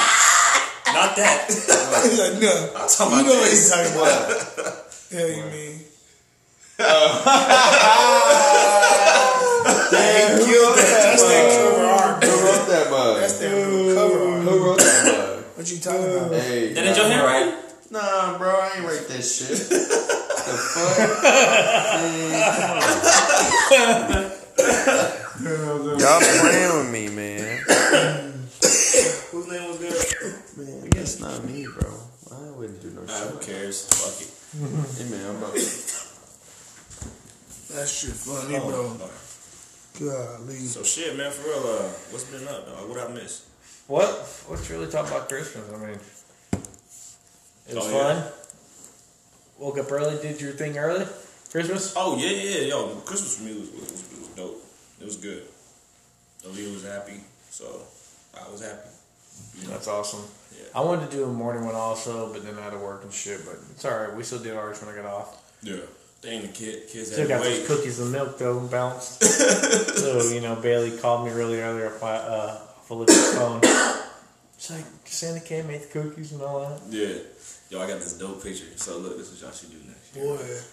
Speaker 5: Not that.
Speaker 1: you. Like, no.
Speaker 5: I'm talking
Speaker 1: You
Speaker 5: about
Speaker 1: know what
Speaker 5: this.
Speaker 1: he's talking about.
Speaker 4: What?
Speaker 1: Hell, you mean.
Speaker 4: Damn, who wrote
Speaker 1: That's that
Speaker 4: that
Speaker 1: cover art,
Speaker 4: mug?
Speaker 1: bro.
Speaker 4: Who wrote that
Speaker 1: That's
Speaker 4: mug?
Speaker 1: that cover art.
Speaker 4: Who wrote that
Speaker 1: What you talking
Speaker 4: mug?
Speaker 1: about?
Speaker 4: Hey,
Speaker 5: That ain't your
Speaker 4: nah.
Speaker 5: handwriting?
Speaker 4: Nah, bro, I ain't write that shit. the fuck?
Speaker 2: Y'all playing with me, man.
Speaker 5: Whose name was good?
Speaker 4: Man, I guess not me, bro. I wouldn't do no
Speaker 5: Nah,
Speaker 4: shit.
Speaker 5: who cares? Fuck it.
Speaker 4: Hey, man, I'm about to.
Speaker 1: That shit funny, bro.
Speaker 5: Alright.
Speaker 1: Golly.
Speaker 5: Oh, So shit, man, for real, uh, what's been up? Dog? What I missed?
Speaker 3: What? What's really talk about Christmas? I mean, it was
Speaker 5: Oh,
Speaker 3: fun.
Speaker 5: yeah.
Speaker 3: Woke up early, did your thing early. Christmas.
Speaker 5: Oh yeah, yeah, yo, Christmas for me was, was, was, was dope. It was good. Aaliyah was happy, so I was happy.
Speaker 3: That's awesome.
Speaker 5: Yeah.
Speaker 3: I wanted to do a morning one also, but then I had to work and shit. But it's all right. We still did ours when I got off.
Speaker 5: Yeah. Dang, the kid, kids
Speaker 3: Still
Speaker 5: had to
Speaker 3: got those
Speaker 5: wait.
Speaker 3: cookies and milk though, bounced. so you know, Bailey called me really earlier off my uh, off Olivia's phone. She's like, Santa came, ate the cookies and all that.
Speaker 5: Yeah. Yo, I got this dope picture. So look, this is what y'all should do next year.
Speaker 1: Boy.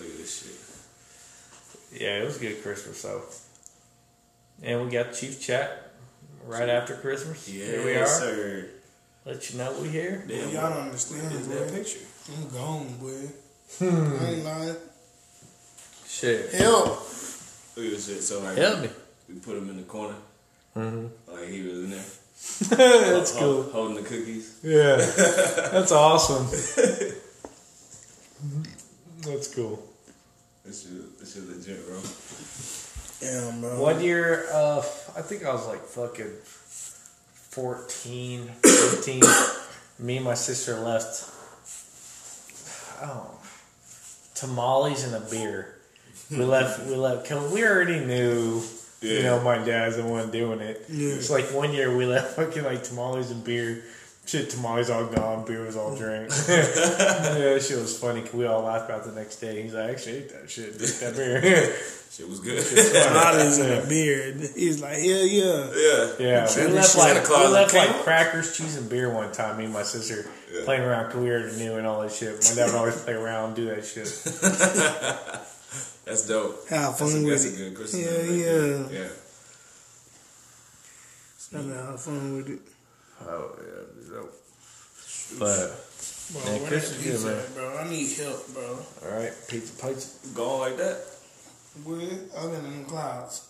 Speaker 5: Look at this shit.
Speaker 3: Yeah, it was a good Christmas though. And we got Chief Chat right after Christmas.
Speaker 5: Yeah,
Speaker 3: here we are.
Speaker 5: sir.
Speaker 3: Let you know we here.
Speaker 5: Damn,
Speaker 1: Y'all don't
Speaker 5: what is
Speaker 1: understand,
Speaker 5: that
Speaker 1: boy.
Speaker 5: picture?
Speaker 1: I'm gone, boy. I ain't lying.
Speaker 3: Hmm. Shit.
Speaker 1: Help.
Speaker 5: Look at this shit. So like,
Speaker 3: Help me.
Speaker 5: we put him in the corner. Like he was in there.
Speaker 3: That's
Speaker 5: Ho-
Speaker 3: cool.
Speaker 5: Holding the cookies.
Speaker 3: Yeah. That's awesome. That's cool.
Speaker 5: This is this is legit.
Speaker 1: Damn, bro.
Speaker 3: One year, uh, I think I was like fucking 14, 15. Me and my sister left. Oh, tamales and a beer. We left. We left. Cause we already knew. You
Speaker 5: Yeah.
Speaker 3: know, my dad's the one doing it.
Speaker 1: Yeah.
Speaker 3: It's like one year we left fucking like tamales and beer. Shit, tamales all gone, beer was all drank. yeah, shit was funny. 'cause We all laughed about it the next day. He's like, I actually ate that shit, drink that beer.
Speaker 5: Shit was good.
Speaker 1: Bottles and a beard. He's like, hell yeah.
Speaker 5: yeah.
Speaker 3: Yeah,
Speaker 1: Santa-
Speaker 3: we left
Speaker 1: Santa
Speaker 3: like
Speaker 5: Claus
Speaker 3: we left
Speaker 5: came.
Speaker 3: like crackers, cheese, and beer one time. Me and my sister
Speaker 5: Yeah.
Speaker 3: playing around, cause we already knew and all that shit. My dad would always play around, do that shit.
Speaker 5: That's dope.
Speaker 1: How
Speaker 5: That's a,
Speaker 1: fun
Speaker 5: that's a
Speaker 1: with it.
Speaker 5: good Christmas.
Speaker 1: Yeah,
Speaker 5: memory right there. Yeah.
Speaker 1: I mean, How fun with it.
Speaker 3: Oh yeah, dope. But
Speaker 1: Bro,
Speaker 3: Man,
Speaker 1: where
Speaker 3: Chris
Speaker 1: that
Speaker 3: is
Speaker 1: pizza
Speaker 3: good,
Speaker 1: at, bro? I need help, bro.
Speaker 3: all right, pizza, pizza.
Speaker 5: Gone like that.
Speaker 1: Where? I've been in the clouds.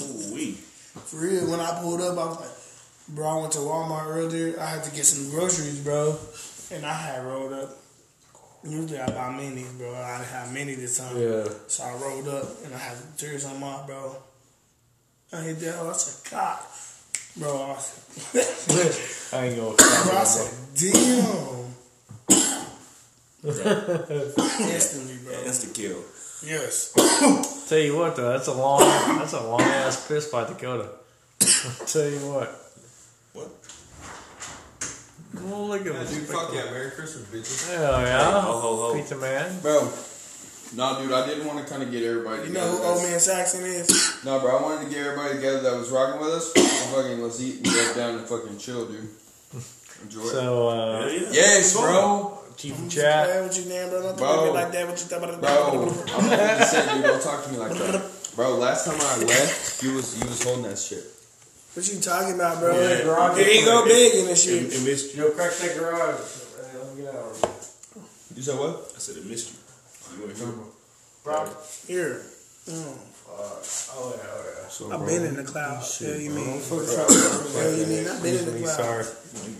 Speaker 5: Ooh wee.
Speaker 1: For real, when I pulled up, I was like, bro, I went to Walmart earlier. I had to get some groceries, bro. And I had rolled up. Usually I buy minis, bro. I didn't have many this time.
Speaker 3: Yeah,
Speaker 1: So I rolled up and I had tears on my bro. I hit that hole. I said, God. Bro, I said,
Speaker 3: I ain't gonna.
Speaker 1: bro, I
Speaker 3: Stop
Speaker 1: said, damn. Instantly, bro.
Speaker 5: Insta kill.
Speaker 1: Yes.
Speaker 3: Tell you what though, that's a long, that's a long ass piss by Dakota. Tell you what.
Speaker 5: What?
Speaker 3: Well, look at
Speaker 4: Yeah, dude,
Speaker 3: this
Speaker 4: fuck
Speaker 3: pickle.
Speaker 4: yeah, Merry Christmas, bitches.
Speaker 3: Hell yeah,
Speaker 5: Ho, ho, ho.
Speaker 3: pizza man.
Speaker 4: Bro, nah, dude, I didn't want to kind of get everybody
Speaker 1: You
Speaker 4: together.
Speaker 1: know who old man Saxon is?
Speaker 4: No, bro, I wanted to get everybody together that was rocking with us. And fucking let's eat and get down and fucking chill, dude. Enjoy. it.
Speaker 3: So
Speaker 5: Hell
Speaker 3: uh,
Speaker 5: yeah.
Speaker 4: yes, bro.
Speaker 3: chief
Speaker 1: I'm
Speaker 3: of
Speaker 1: just
Speaker 3: chat.
Speaker 1: glad with you, man, bro. Don't talk
Speaker 4: Bro.
Speaker 1: to me like that. What you talking
Speaker 4: Bro,
Speaker 1: about?
Speaker 4: I'm not just saying, dude. Don't talk to me like that, bro. Last time I left, you was you was holding that shit.
Speaker 1: What you talking about, bro?
Speaker 4: Yeah, bro,
Speaker 1: Here you go big in this shit.
Speaker 5: It missed you.
Speaker 3: Yo, crack that garage. Let me get out.
Speaker 4: You said what?
Speaker 5: I said it missed you. You weren't here.
Speaker 3: Bro,
Speaker 1: Here. Mm.
Speaker 3: oh yeah, oh yeah.
Speaker 4: So,
Speaker 1: I've
Speaker 4: bro,
Speaker 1: been in the clouds. Hell, you mean? Hell, you mean? I've been in the
Speaker 3: Excuse me,
Speaker 1: clouds.
Speaker 3: sorry.
Speaker 5: You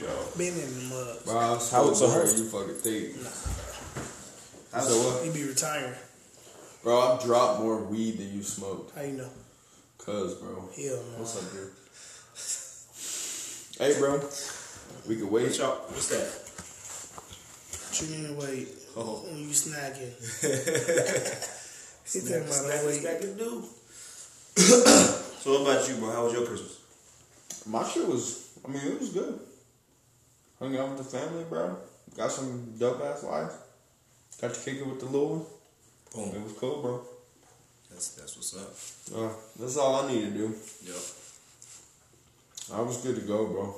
Speaker 5: good. Yo.
Speaker 1: Been in the mud.
Speaker 4: Bro, I was
Speaker 5: How old's
Speaker 4: so
Speaker 5: her?
Speaker 4: You fucking think. You said what?
Speaker 1: You be retired.
Speaker 4: Bro, I've dropped more weed than you smoked.
Speaker 1: How you know?
Speaker 4: Cuz, bro.
Speaker 1: Hell no.
Speaker 4: What's up, dude? Hey, bro. We could
Speaker 5: Wait,
Speaker 4: wait.
Speaker 5: y'all. What's that?
Speaker 1: What you mean wait?
Speaker 5: Oh.
Speaker 1: When you snacking. He talking
Speaker 5: Snack-
Speaker 1: about
Speaker 5: snack-
Speaker 1: I wait.
Speaker 5: snack is due. so what about you, bro? How was your Christmas?
Speaker 4: My shit was, I mean, it was good. Hung out with the family, bro. Got some dope ass life. Got to kick it with the little one. It
Speaker 5: Boom.
Speaker 4: was cool, bro.
Speaker 5: That's that's what's up.
Speaker 4: Uh, that's all I need to do.
Speaker 5: Yo.
Speaker 4: I was good to go, bro.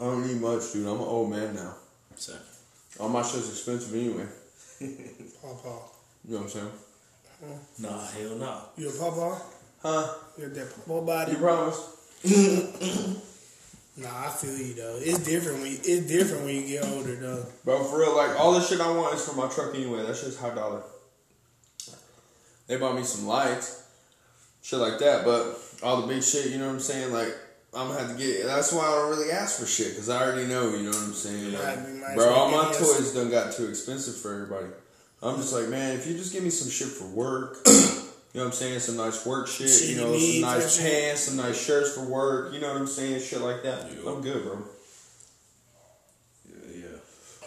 Speaker 4: I don't need much, dude. I'm an old man now.
Speaker 5: So,
Speaker 4: All my shit's expensive anyway.
Speaker 1: Paw paw.
Speaker 4: You know what I'm saying?
Speaker 5: nah, hell nah.
Speaker 1: You a paw paw?
Speaker 4: Huh?
Speaker 1: You got that paw paw body?
Speaker 4: You promise?
Speaker 1: Nah, I feel you though. It's different when you, it's different when you get older though.
Speaker 4: Bro, for real, like all the shit I want is for my truck anyway. That shit's high dollar. They bought me some lights, shit like that. But all the big shit, you know what I'm saying? Like I'm gonna have to get. That's why I don't really ask for shit because I already know. You know what I'm saying? Like,
Speaker 1: Right, we might as
Speaker 4: bro,
Speaker 1: well
Speaker 4: all my
Speaker 1: get us-
Speaker 4: toys done got too expensive for everybody. I'm just like, man, if you just give me some shit for work. You know what I'm saying? Some nice work shit,
Speaker 1: Shit
Speaker 4: you
Speaker 1: you
Speaker 4: know, some
Speaker 1: need,
Speaker 4: nice
Speaker 1: that shit.
Speaker 4: pants, some nice shirts for work, you know what I'm saying? Shit like that.
Speaker 5: Yeah.
Speaker 4: I'm good, bro.
Speaker 5: Yeah, yeah.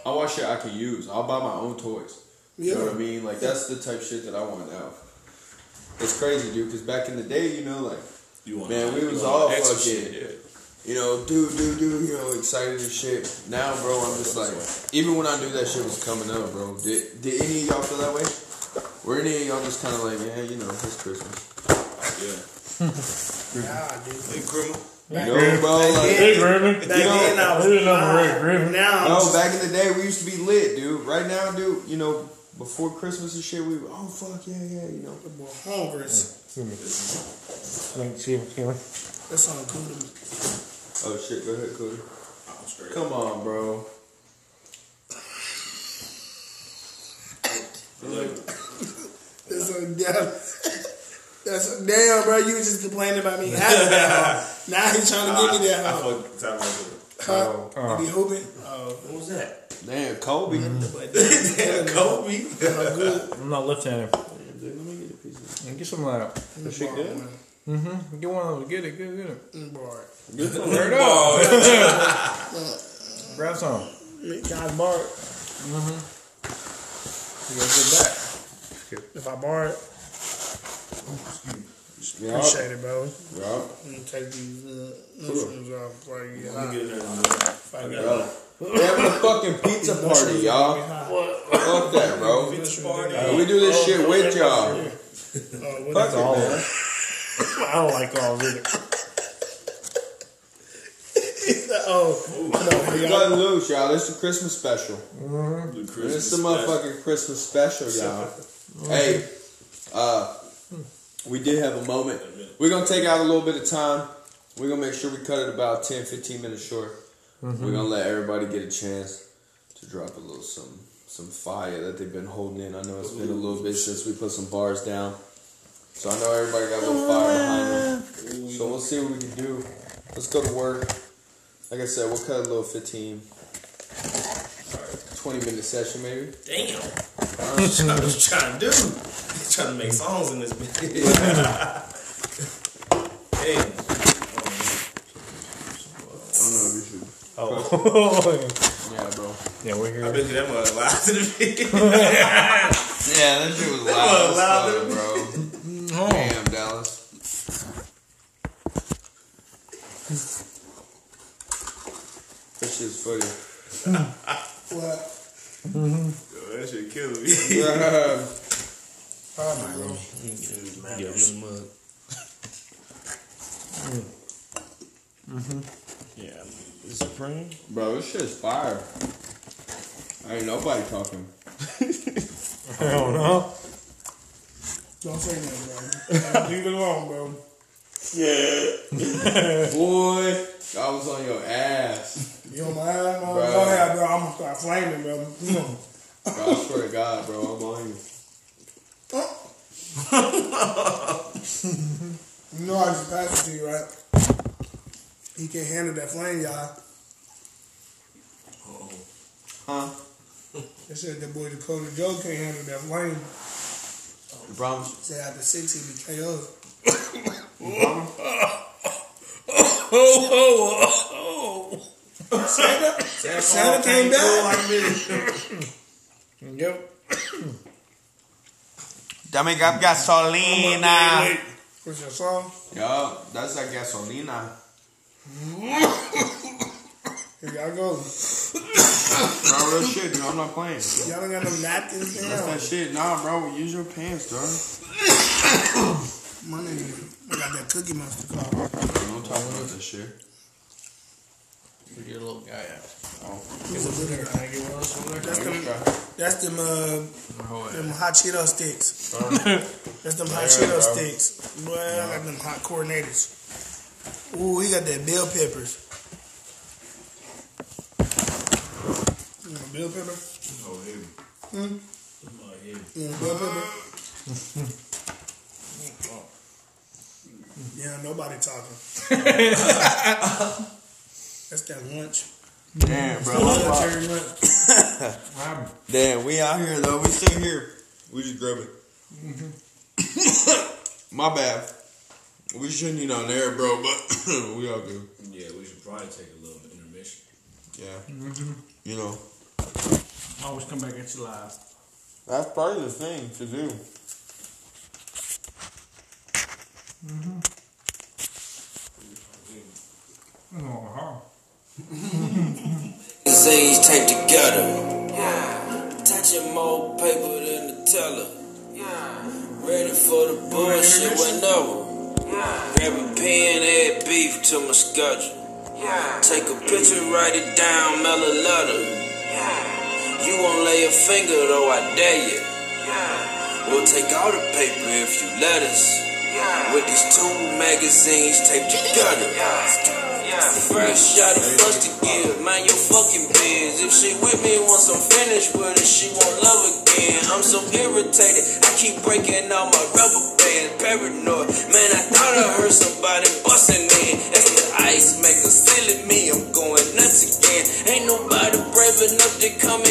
Speaker 4: I want shit I can use. I'll buy my own toys. You know what
Speaker 1: Yeah.
Speaker 4: I mean? Like that's the type of shit that I want now. It's crazy, dude. Because back in the day, you know, like
Speaker 5: You want
Speaker 4: Man, we
Speaker 5: you
Speaker 4: was
Speaker 5: want
Speaker 4: all
Speaker 5: extra
Speaker 4: fucking-
Speaker 5: shit,
Speaker 4: you know, dude, dude, dude, you know, excited and shit. Now, bro, I'm just like, even when I knew that shit was coming up, bro. Did did any of y'all feel that way? Were any of y'all just kind of like, man, you know, it's Christmas?
Speaker 5: Yeah. yeah.
Speaker 1: Nah, dude.
Speaker 5: Hey, criminal.
Speaker 4: No, bro. Like,
Speaker 1: Hey,
Speaker 3: Griffin.
Speaker 1: Back then I was
Speaker 3: There's nothing
Speaker 1: blind.
Speaker 3: Rick Griffin.
Speaker 1: Now I'm
Speaker 4: no,
Speaker 1: just-
Speaker 4: back in the day, we used to be lit, dude. Right now, dude, you know, before Christmas and shit, we oh fuck yeah, yeah, you know.
Speaker 1: boy, hungry. That's on cool to me.
Speaker 4: Oh shit, go ahead, Cody.
Speaker 5: I'm straight.
Speaker 4: Come on, bro.
Speaker 5: Look,
Speaker 1: That's so damn. That's so damn, bro. You was just complaining about me having that hoe. Now he's trying to give me that
Speaker 5: I
Speaker 1: hoe.
Speaker 5: fuck time right there.
Speaker 1: Huh? You be hooping? Oh,
Speaker 5: What was that?
Speaker 4: Damn, Kobe.
Speaker 5: Mm-hmm. Damn, Kobe.
Speaker 3: I'm not left-handed.
Speaker 4: Damn, dude, let me get a piece of
Speaker 3: And Get some of that.
Speaker 4: that shit good.
Speaker 3: Mm-hmm. Get one of those. Get it. Get it. Get it.
Speaker 1: Bart.
Speaker 4: Good for
Speaker 3: Turn it up. Grab some.
Speaker 1: God, Bart.
Speaker 3: You gotta get back.
Speaker 1: If I borrow it,
Speaker 4: Yeah,
Speaker 1: appreciate it, bro.
Speaker 4: yeah.
Speaker 1: I'm gonna take these uh, mushrooms off before I get
Speaker 5: Let
Speaker 1: hot.
Speaker 5: me get it out.
Speaker 1: If I get
Speaker 4: Bro. We having a fucking pizza party, y'all. Fuck that, bro.
Speaker 5: Bitch party.
Speaker 4: Hey, Uh, we do
Speaker 5: Oh,
Speaker 4: this shit with y'all. Fuck it, man.
Speaker 1: I don't like all of it. oh, no,
Speaker 4: We
Speaker 1: y'all-
Speaker 4: got loose, y'all. This is a Christmas special.
Speaker 5: The Christmas
Speaker 4: This is a
Speaker 5: special.
Speaker 4: motherfucking Christmas special, y'all. Hey, uh, we did have a moment. We're gonna take out a little bit of time. We're gonna make sure we cut it about 10, 15 minutes short. We're gonna let everybody get a chance to drop a little some some fire that they've been holding in. I know it's been a little bit since we put some bars down. So I know everybody got a little fire behind them. So we'll see what we can do. Let's go to work. Like I said, we'll cut a little 15, 20 minute session maybe.
Speaker 5: Damn. I'm just trying, I'm just trying to do. trying to make songs in this bitch. Damn.
Speaker 4: I don't know if you should.
Speaker 3: Oh.
Speaker 4: Yeah, bro.
Speaker 3: yeah, we're
Speaker 5: I
Speaker 3: here.
Speaker 5: bet you that mother lied to the bitch.
Speaker 4: Yeah, that shit was
Speaker 5: was
Speaker 4: loud,
Speaker 5: loud.
Speaker 4: as fuck, bro. Damn, Dallas. That shit's funny.
Speaker 1: what?
Speaker 5: Yo, that shit killing me.
Speaker 1: Probably, bro.
Speaker 5: Yeah, Yeah, is it praying?
Speaker 4: bro, this shit's fire. Ain't nobody talking.
Speaker 3: I don't know.
Speaker 1: Don't say that, bro. Leave it alone, bro.
Speaker 4: Boy, I was on your ass.
Speaker 1: You on my ass, bro?
Speaker 4: Bro.
Speaker 1: Go ahead, bro. I'm gonna start flaming, bro. Come on.
Speaker 4: Bro, I swear to God, bro, I'm on you.
Speaker 1: You know I just passed it to you, right? He can handle that flame, y'all.
Speaker 4: Huh?
Speaker 1: They said that boy Dakota Joe can't handle that flame.
Speaker 4: You promise?
Speaker 1: Said after six, he be KO'd.
Speaker 5: Oh,
Speaker 1: Santa, Santa came
Speaker 4: Oh,
Speaker 1: down.
Speaker 3: Yep.
Speaker 4: Dame gasolina.
Speaker 1: What's your song?
Speaker 4: Yo, that's that gasolina.
Speaker 1: Here y'all go.
Speaker 4: Bro, real shit, dude. I'm not playing. That's
Speaker 1: Y'all don't got no napkins down.
Speaker 4: that shit. Nah, bro. Use your pants, dog.
Speaker 1: My nigga, I got that cookie monster call.
Speaker 4: Don't talk about that shit.
Speaker 3: Your little guy.
Speaker 1: That's them, that's them, uh, them hot Cheeto sticks. That's them hot Cheeto sticks. Boy, I got them hot coordinators. Ooh, he got that bell peppers. You want a bell pepper?
Speaker 5: Oh, him.
Speaker 1: Hmm?
Speaker 5: Oh, him.
Speaker 1: You want a bell pepper? yeah, nobody talking. that's that lunch.
Speaker 4: Damn, bro.
Speaker 1: Lunch
Speaker 4: I'm out.
Speaker 1: every month.
Speaker 4: Damn, we out here though. We still here. We just grubbing. My bad. We shouldn't eat on there, bro. But we all good.
Speaker 5: Yeah, we should probably take a little intermission.
Speaker 4: Yeah. Mm-hmm. You know.
Speaker 3: Always come back at you last.
Speaker 4: That's probably the thing to do.
Speaker 3: Oh,
Speaker 6: Say he's taped together. Yeah. Touching more paper than the teller. Yeah. Ready for the bullshit whenever. Yeah. Grab a pen, add beef to my schedule. Yeah. Take a picture, write it down, mail a letter. Yeah. You won't lay a finger though, I dare you. Yeah. We'll take all the paper if you let us. Yeah. With these two magazines taped together. Yeah. Yeah. Fresh out of fuss to give. Mind your fucking biz. If she with me once I'm finished with it, she won't love again. I'm so irritated. I keep breaking all my rubber bands. Paranoid. Man, I thought I heard somebody busting in. That's the ice maker. Silly me. I'm going nuts again. Ain't nobody brave enough to come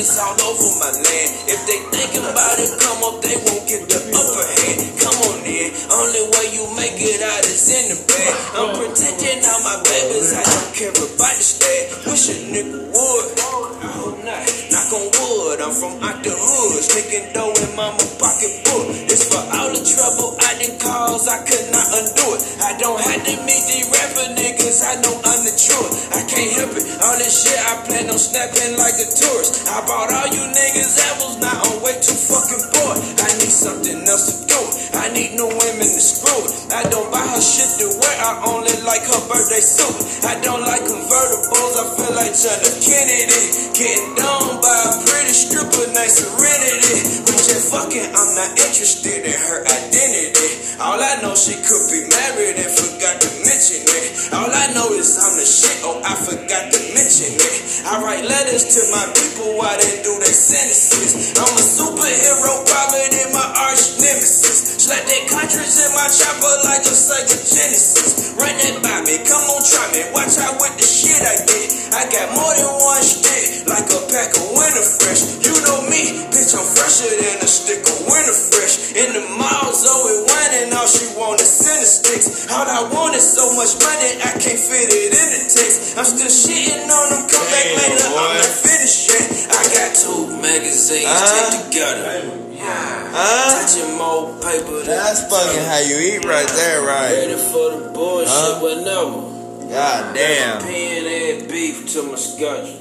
Speaker 6: all over my land. If they thinking about it, come up, they won't get the upper hand. Come on in, only way you make it out is in the bag. I'm protecting all my babies, I don't care about the stat. Wish a nigga would. Knock on wood, I'm from out the hood. Sneaking dough in mama pocket book. It's for all the trouble I done caused, I could not undo it. I don't have to meet these rapper niggas, I know I'm the truth. I can't help it, all this shit I plan on snapping like a tourist. I bought all you niggas apples, now I'm way too fucking bored. I need something else to do. I need new women to screw. I don't buy her shit to wear, I only like her birthday suit. I don't like convertibles, I feel like John F. Kennedy. Getting down by a pretty stripper, nice serenity. But you're fucking, I'm not interested in her identity. All I know, she could be married and forgot to mention it. All I know is I'm the shit, oh, I forgot to mention it. I write letters to my people while they do their sentences. I'm a superhero, poverty, my arch nemesis. Slap that cartridge in my chopper like a psychogenesis. Run that by me, come on, try me. Watch out with the shit I get. I got more than one stick, like a pack of winter fresh. You know me, bitch, I'm fresher than a stick of winter fresh. In the mall, Zoe whining, all she want is center sticks. All I want is so much money, I can't fit it in the text. I'm still shitting on them, come back later, I'm not finished yet. I got two magazines taped together. Touching more paper than
Speaker 2: That's fucking how you eat right there, right?
Speaker 6: Ready for the bullshit
Speaker 2: Huh?
Speaker 6: whenever.
Speaker 4: Ah,
Speaker 2: God damn.
Speaker 6: Pen add beef to my schedule.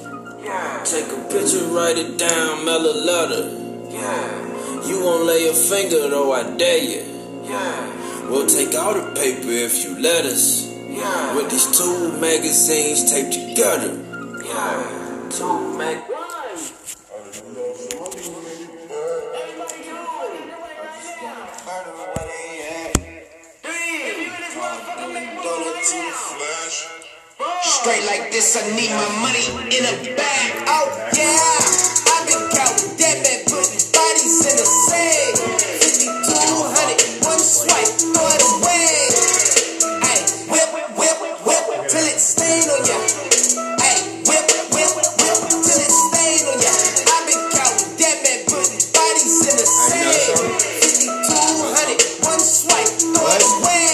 Speaker 6: Take a picture, write it down, mail a letter. You won't lay a finger though, I dare you. We'll take all the paper if you let us. With these two magazines taped together. Two mag.
Speaker 7: Straight like this, I need my money in a bag. Oh yeah, I've been counting that bad, putting bodies in the sand. 5200, one swipe, throw it away. Ay, whip, whip, whip, till it stain on ya. Ay, whip, whip, whip, till it stain on ya. I've been counting that bad, putting bodies in the sand. 5200, one swipe, throw it away.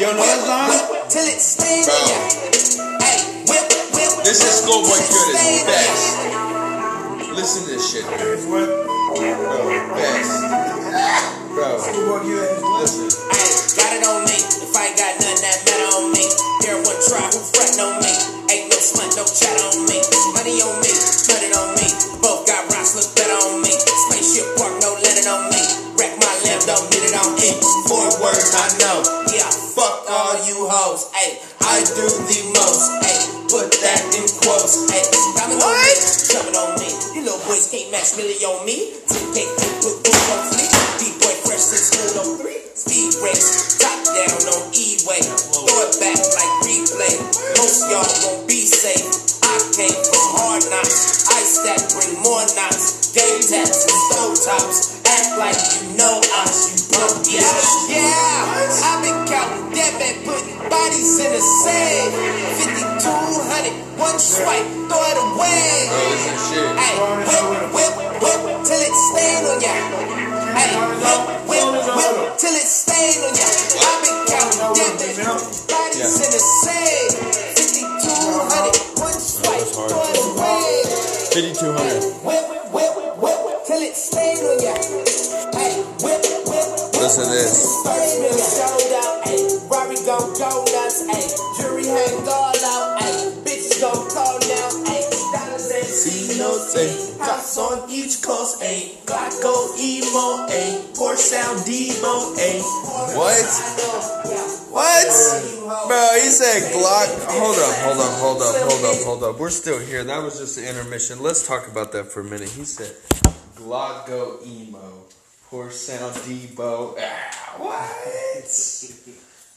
Speaker 4: Bro, listen to this shit. You don't know that song?
Speaker 7: Till it stains
Speaker 4: Bro.
Speaker 7: on ya. Ay, whip, whip,
Speaker 4: This is
Speaker 7: whip
Speaker 4: Schoolboy
Speaker 7: till it
Speaker 4: Q at his
Speaker 7: stains on ya.
Speaker 4: best. Listen to this shit, dude. Bro, best. Bro, listen.
Speaker 7: Ay, got it on me. If I ain't got nothing that matter on me. There one try who front on me. Ain't no slut, no chat on me. Money on me, flooded on me. Both got rocks, look better on me. Spaceship park, no letting on me. Wreck my lamp, don't get it on me. Four words I know. Yeah, fuck all you hoes. Ay, I do the most. Ay, put that in quotes. Ay, diamond on me, jumping on me. You little boys can't match Millie on me. Take, take, take, put, put, on fleek. D-boy fresh since school on three. Speed race, top down on E-way. Throw it back like replay. Most y'all gon' be safe. I came from hard knocks. Ice that bring more knocks. Game taps and stove tops. Act like you know us, you punk bitch. Yeah, I've been counting dead men, putting bodies in the sand. 5200, one swipe, throw it away.
Speaker 4: Bro, listen to shit.
Speaker 7: Ay, whip, whip, whip, till it stain on ya. Ay, whip, whip, whip, till it stain on ya. I've been counting diamonds, bodies in the sand. 5200, one swipe, throw it away.
Speaker 4: 5200.
Speaker 7: Whip, whip, whip, till it stain on ya. Ay, whip, whip, whip,
Speaker 2: Listen to this.
Speaker 7: stain on ya. Sold out, ay, Rory gon' go nuts, ay, jury hang all out, ay, bitches gon' call now, ay, dollars ain't seen no thing. House on each coast, ayy. Glocko emo, ayy. Poor sound demo, ayy.
Speaker 2: What? What? Bro, he said Glock. Hold up, hold up, hold up, hold up, hold up. We're still here. That was just an intermission. Let's talk about that for a minute. He said
Speaker 4: Glock go emo. Poor sound Debo. Ah, what?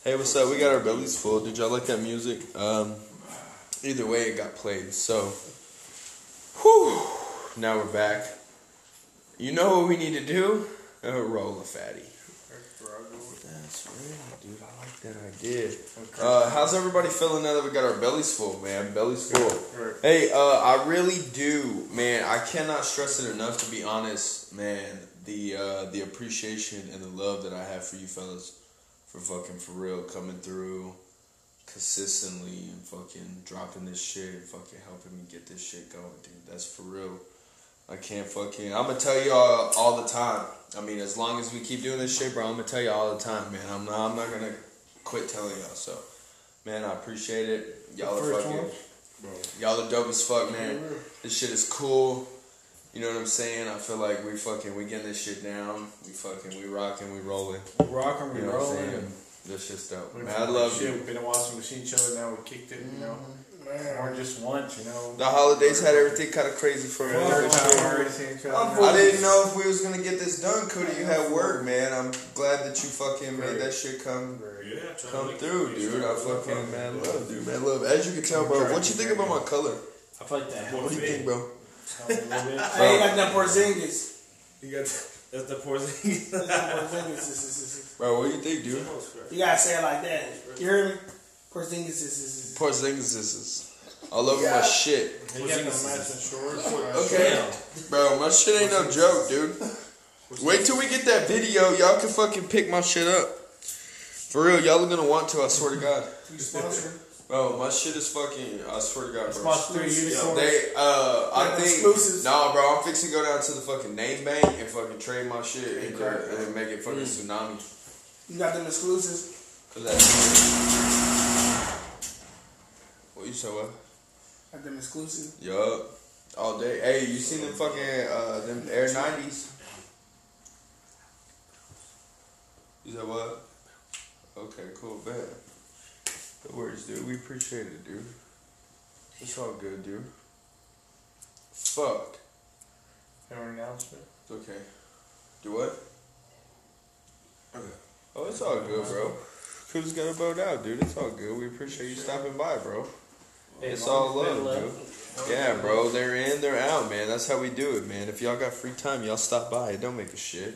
Speaker 4: hey, what's up? We got our bellies full. Did y'all like that music? Um, either way, it got played. So, whew, now we're back. You know what we need to do? Uh, roll a fatty. That's dude. I like that idea. Uh, how's everybody feeling now that we got our bellies full, man? Bellies full. Hey, uh, I really do, man. I cannot stress it enough. To be honest, man, the uh, the appreciation and the love that I have for you fellas, for fucking for real, coming through consistently and fucking dropping this shit and fucking helping me get this shit going, dude. That's for real. I can't fucking. I'm gonna tell y'all all the time. I mean, as long as we keep doing this shit, bro, I'm gonna tell you all the time, man. I'm not. I'm not gonna quit telling y'all. So, man, I appreciate it. Y'all are fucking. Y'all are dope as fuck, man. This shit is cool. You know what I'm saying? I feel like we fucking we getting this shit down. We fucking we rocking, we rolling.
Speaker 8: Rocking,
Speaker 4: You
Speaker 8: we
Speaker 4: know what I'm
Speaker 8: rolling.
Speaker 4: saying?
Speaker 8: and-
Speaker 4: This shit's dope. Man, I love
Speaker 8: shit.
Speaker 4: you.
Speaker 8: We've been a washing machine chiller. Now we kicked it. You know, or just once. You know,
Speaker 4: The holidays had everything kind of crazy for me.
Speaker 8: We're
Speaker 4: For sure.
Speaker 8: already seeing each other now.
Speaker 4: I didn't know if we was gonna get this done, Cody. You had work, man. I'm glad that you fucking made that shit come
Speaker 5: Yeah, trying to
Speaker 4: come
Speaker 5: make-
Speaker 4: through, dude. I fucking man love, dude, man love. As you can tell, bro. What you think about my color?
Speaker 8: I feel like that
Speaker 4: What
Speaker 8: helped
Speaker 4: do you think, bro?
Speaker 8: a little bit.
Speaker 1: Hey, you got that Porzingis.
Speaker 5: You got that's the Porzingis.
Speaker 1: Porzingis is, is, is-
Speaker 4: Bro, what do you think, dude?
Speaker 1: You gotta say it like that. You hear me? Porzingis is, is, is.
Speaker 4: Porzingis is all over my shit,
Speaker 8: You got the matching shorts.
Speaker 4: Okay. bro. My shit ain't no joke, dude. Wait till we get that video. Y'all can fucking pick my shit up. For real, y'all are gonna want to. I swear to God,
Speaker 1: You sponsor?
Speaker 4: bro. My shit is fucking. I swear to God, bro.
Speaker 8: Watch three unicorns.
Speaker 4: They, uh, I
Speaker 1: Yeah,
Speaker 4: think,
Speaker 1: exclusives.
Speaker 4: nah, bro, I'm fixing to go down to the fucking name bank and fucking trade my shit and, uh, and make it fucking
Speaker 8: Mm.
Speaker 4: tsunami.
Speaker 1: You got them exclusives?
Speaker 4: Cause that. What you say? What?
Speaker 1: Got them exclusive?
Speaker 4: Yup. All day. Hey, you seen them fucking uh them Air Nineties? You said what? Okay, cool, bet. No worries, dude. We appreciate it, dude. It's all good, dude. Fuck.
Speaker 8: Have an announcement.
Speaker 4: It's okay. Do what? Oh, it's all good, bro. Coop's got a boat out, dude. It's all good. We appreciate you stopping by, bro. It's all love, dude. Yeah, bro. They're in, they're out, man. That's how we do it, man. If y'all got free time, y'all stop by. It don't make a shit.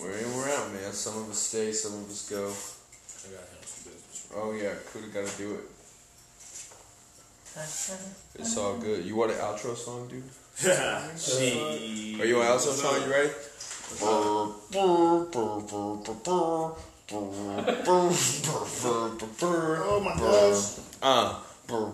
Speaker 4: We're in, we're out, man. Some of us stay, some of us go.
Speaker 5: I got him some business.
Speaker 4: Oh yeah, Kuda gotta do it. It's all good. You want an outro song, dude? Are you an outro song? You ready?
Speaker 1: Oh my gosh.
Speaker 4: Uh,
Speaker 1: Well,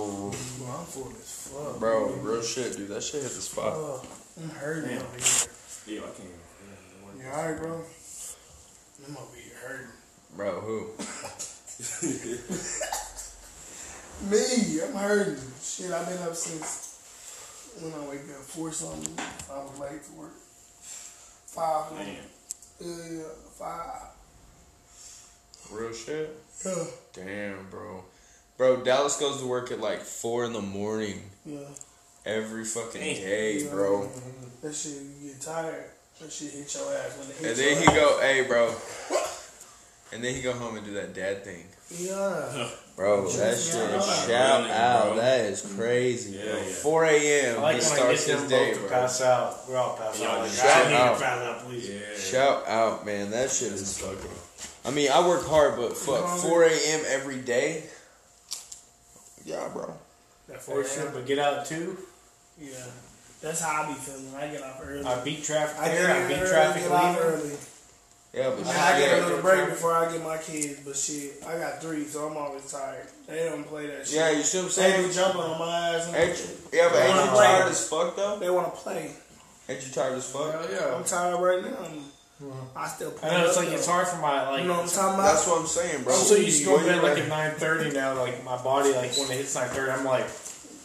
Speaker 1: I'm full as fuck.
Speaker 4: bro, real shit, dude. That shit hit the spot.
Speaker 1: Oh, I'm hurting over here.
Speaker 5: Yeah, I can't. even-
Speaker 1: You alright, bro? I'm over here hurting.
Speaker 4: Bro, who?
Speaker 1: Me, I'm hurting. Shit, I've been up since when I wake up four something. I was late to work. Five.
Speaker 5: Man.
Speaker 1: Yeah, five.
Speaker 4: Real shit?
Speaker 1: Yeah.
Speaker 4: Damn, bro. Bro, Dallas goes to work at like 4 in the morning
Speaker 1: Yeah.
Speaker 4: every fucking day, bro.
Speaker 1: That shit, you get tired. That shit hit your ass when it
Speaker 4: And
Speaker 1: hits
Speaker 4: then
Speaker 1: your
Speaker 4: he go, hey, bro. And then he go home and do that dad thing.
Speaker 1: ass. Yeah.
Speaker 4: Bro, that shit
Speaker 1: Yeah.
Speaker 4: shout
Speaker 5: Really,
Speaker 4: out.
Speaker 5: bro.
Speaker 4: That is crazy,
Speaker 5: Yeah,
Speaker 4: bro.
Speaker 5: yeah.
Speaker 4: 4 a.m.
Speaker 8: I like
Speaker 4: he
Speaker 8: when I get
Speaker 4: starts his
Speaker 8: them
Speaker 4: day,
Speaker 8: both to
Speaker 4: bro.
Speaker 8: pass out. We're all passed
Speaker 5: Yeah,
Speaker 8: out. Like,
Speaker 5: shout
Speaker 8: I need
Speaker 4: out.
Speaker 8: to pass out, please.
Speaker 5: Yeah.
Speaker 4: Shout out, man. That shit is fucking. I mean, I work hard, but fuck, 4 a.m. every day. Yeah, bro.
Speaker 1: That
Speaker 8: For
Speaker 1: four
Speaker 8: sure,
Speaker 1: shit.
Speaker 8: but get out at two.
Speaker 1: Yeah. That's how I be feeling. I get up early.
Speaker 8: I beat traffic
Speaker 1: I
Speaker 8: there. I
Speaker 1: get
Speaker 8: beat
Speaker 1: early,
Speaker 8: traffic
Speaker 1: get out
Speaker 8: leaving.
Speaker 1: early.
Speaker 4: Yeah, but
Speaker 1: I, mean, I get a
Speaker 4: shit.
Speaker 1: little break before I get my kids, but shit, I got three, so I'm always tired. They don't play that shit.
Speaker 4: Yeah, you see what I'm
Speaker 1: They be
Speaker 4: saying?
Speaker 1: jumping on my ass. And
Speaker 4: Ain't you, yeah, but ain't you
Speaker 1: Wow.
Speaker 4: tired as fuck, though?
Speaker 1: They want to play.
Speaker 4: Ain't you tired as fuck?
Speaker 8: Hell
Speaker 1: I'm
Speaker 8: yeah.
Speaker 1: tired right now. I still play.
Speaker 8: I know it's
Speaker 1: up
Speaker 8: like it's
Speaker 1: though.
Speaker 8: hard for my like.
Speaker 1: You know what I'm talking about?
Speaker 4: Uh-huh. That's what I'm saying, bro.
Speaker 8: I'm so used to going to
Speaker 4: What
Speaker 8: bed like
Speaker 4: you-
Speaker 8: at nine thirty now. Like my body, like when it hits nine thirty, I'm like,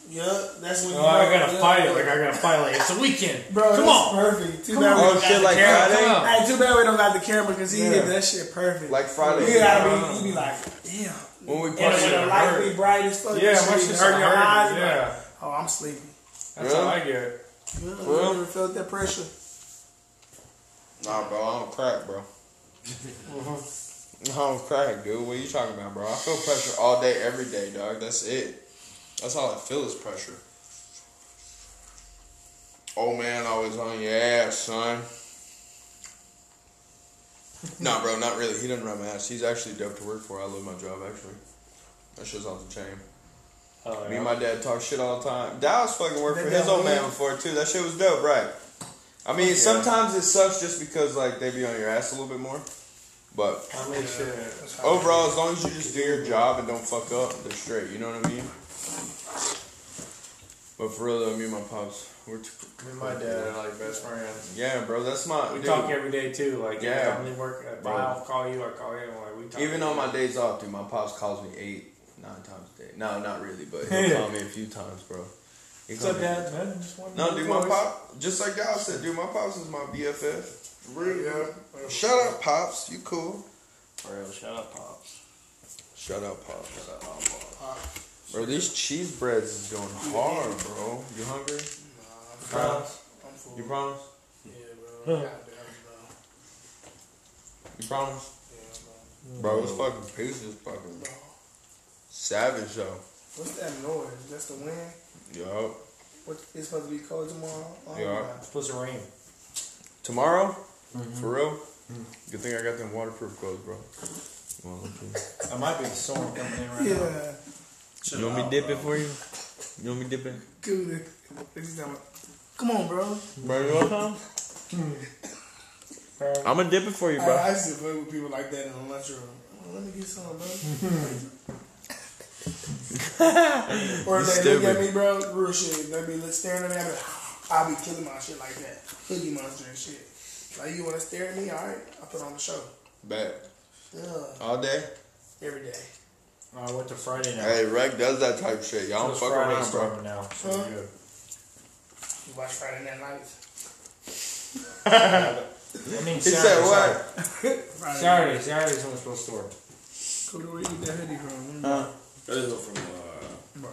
Speaker 1: yeah, that's when
Speaker 8: oh,
Speaker 1: you know,
Speaker 8: I gotta
Speaker 1: yeah.
Speaker 8: fight it. Like I gotta fight. Like it's a weekend.
Speaker 1: Bro,
Speaker 8: come
Speaker 1: that's
Speaker 8: on.
Speaker 1: perfect. Too
Speaker 8: Come
Speaker 1: bad
Speaker 8: on.
Speaker 1: we
Speaker 4: Oh,
Speaker 1: don't
Speaker 4: shit,
Speaker 1: got
Speaker 4: like
Speaker 1: the camera.
Speaker 4: Friday?
Speaker 8: Come on.
Speaker 1: Hey, too bad we don't got the camera because he
Speaker 4: Yeah.
Speaker 1: did that shit perfect.
Speaker 4: Like Friday.
Speaker 1: you gotta be, you be like, damn.
Speaker 4: When we
Speaker 1: And
Speaker 4: posted
Speaker 1: when the
Speaker 8: it
Speaker 1: light
Speaker 8: hurt.
Speaker 1: be bright as fuck,
Speaker 8: Yeah,
Speaker 1: that
Speaker 8: my
Speaker 1: shit
Speaker 8: shit's
Speaker 1: hurt your
Speaker 8: hurting,
Speaker 1: eyes. you're like,
Speaker 8: Yeah,
Speaker 1: Oh, I'm sleepy.
Speaker 8: that's
Speaker 4: Really?
Speaker 8: how I get.
Speaker 1: Yeah,
Speaker 4: Well.
Speaker 1: I never felt that pressure.
Speaker 4: Nah, bro, I don't crack, bro. I don't crack, dude. What you talking about, bro? I feel pressure all day, every day, dog. That's it. That's all I feel is pressure. Oh man, always on your ass, son. No, bro, not really. He doesn't run my ass. He's actually dope to work for. I love my job, actually. That shit's off the chain.
Speaker 3: Oh,
Speaker 4: Me
Speaker 3: yeah.
Speaker 4: and my dad talk shit all the time. Dallas fucking worked for
Speaker 1: They
Speaker 4: his
Speaker 1: got
Speaker 4: old man
Speaker 1: me.
Speaker 4: before too. That shit was dope, right? I mean, sometimes it sucks just because like they be on your ass a little bit more. But
Speaker 8: I made sure.
Speaker 1: That's how-
Speaker 4: overall, as long as you just do your job and don't fuck up, they're straight. You know what I mean? But for real though, me and my pops, we're t-
Speaker 8: Me and my dad are like best friends.
Speaker 4: yeah, bro. That's my
Speaker 8: We
Speaker 4: dude.
Speaker 8: talk every day too. Like
Speaker 4: Yeah.
Speaker 8: yeah, I'm leaving work. If
Speaker 4: Bro.
Speaker 8: I'll call you. I call him. Like we talk.
Speaker 4: Even on
Speaker 8: every
Speaker 4: my days off, dude, my pops calls me eight, nine times a day. No, not really, but he'll call me a few times, bro. He
Speaker 8: What's up,
Speaker 4: called me-
Speaker 8: Dad? Man, just wanted
Speaker 4: No,
Speaker 8: to
Speaker 4: dude,
Speaker 8: know
Speaker 4: my
Speaker 8: you.
Speaker 4: pop, just like y'all said, dude, my pops is my BFF.
Speaker 1: Yeah.
Speaker 4: Shut up, pops. You cool?
Speaker 8: For real, shut up, pops.
Speaker 4: Shut up, pops.
Speaker 8: Shut up, pops.
Speaker 4: Bro, these cheese breads is going hard, bro. You hungry? Promise?
Speaker 1: I'm full.
Speaker 4: You promise?
Speaker 1: Yeah, bro. Goddamn, bro.
Speaker 4: You promise?
Speaker 1: Yeah, bro.
Speaker 4: Bro, this fucking pizza is fucking savage, though.
Speaker 1: What's that noise? That's the wind.
Speaker 4: Yo.
Speaker 1: What it's supposed to be cold tomorrow? Oh,
Speaker 4: Yeah.
Speaker 1: nah.
Speaker 3: It's supposed to rain.
Speaker 4: Tomorrow? For real? Good thing I got them waterproof clothes, bro.
Speaker 8: That might be the storm coming in right now.
Speaker 1: Yeah.
Speaker 5: Chill
Speaker 4: You want me
Speaker 5: out,
Speaker 4: to dip
Speaker 5: bro.
Speaker 4: it for you? You want me to dip it?
Speaker 1: Good. This is not- Come on, bro.
Speaker 4: Bro, you want some?
Speaker 1: Hmm.
Speaker 4: I'm gonna dip it for you,
Speaker 1: I, I
Speaker 4: bro.
Speaker 1: used to play with people like that in the lunchroom. Oh, Let me get some, bro. or
Speaker 4: You
Speaker 1: if they look
Speaker 4: stupid.
Speaker 1: at me, bro, real shit. They be look- staring at me. I be, I'll be killing my shit like that. Cookie monster and shit. Like, you want to stare at me? All right. I put on the show.
Speaker 4: Bet.
Speaker 1: Yeah.
Speaker 4: All day?
Speaker 1: Every day.
Speaker 3: I went to Friday now.
Speaker 4: Hey, Reg does that type of shit. Y'all
Speaker 3: It
Speaker 4: don't
Speaker 3: was
Speaker 4: fuck
Speaker 3: Friday
Speaker 4: around, bro.
Speaker 3: storming now. So we're good.
Speaker 1: You watch Friday Night Lights.
Speaker 3: I mean,
Speaker 4: He
Speaker 3: Saturday,
Speaker 4: said what?
Speaker 1: Friday.
Speaker 3: Saturday, Saturday's when it's supposed to storm.
Speaker 1: Cody, where you get that hoodie from?
Speaker 5: That is from uh,
Speaker 1: Bro.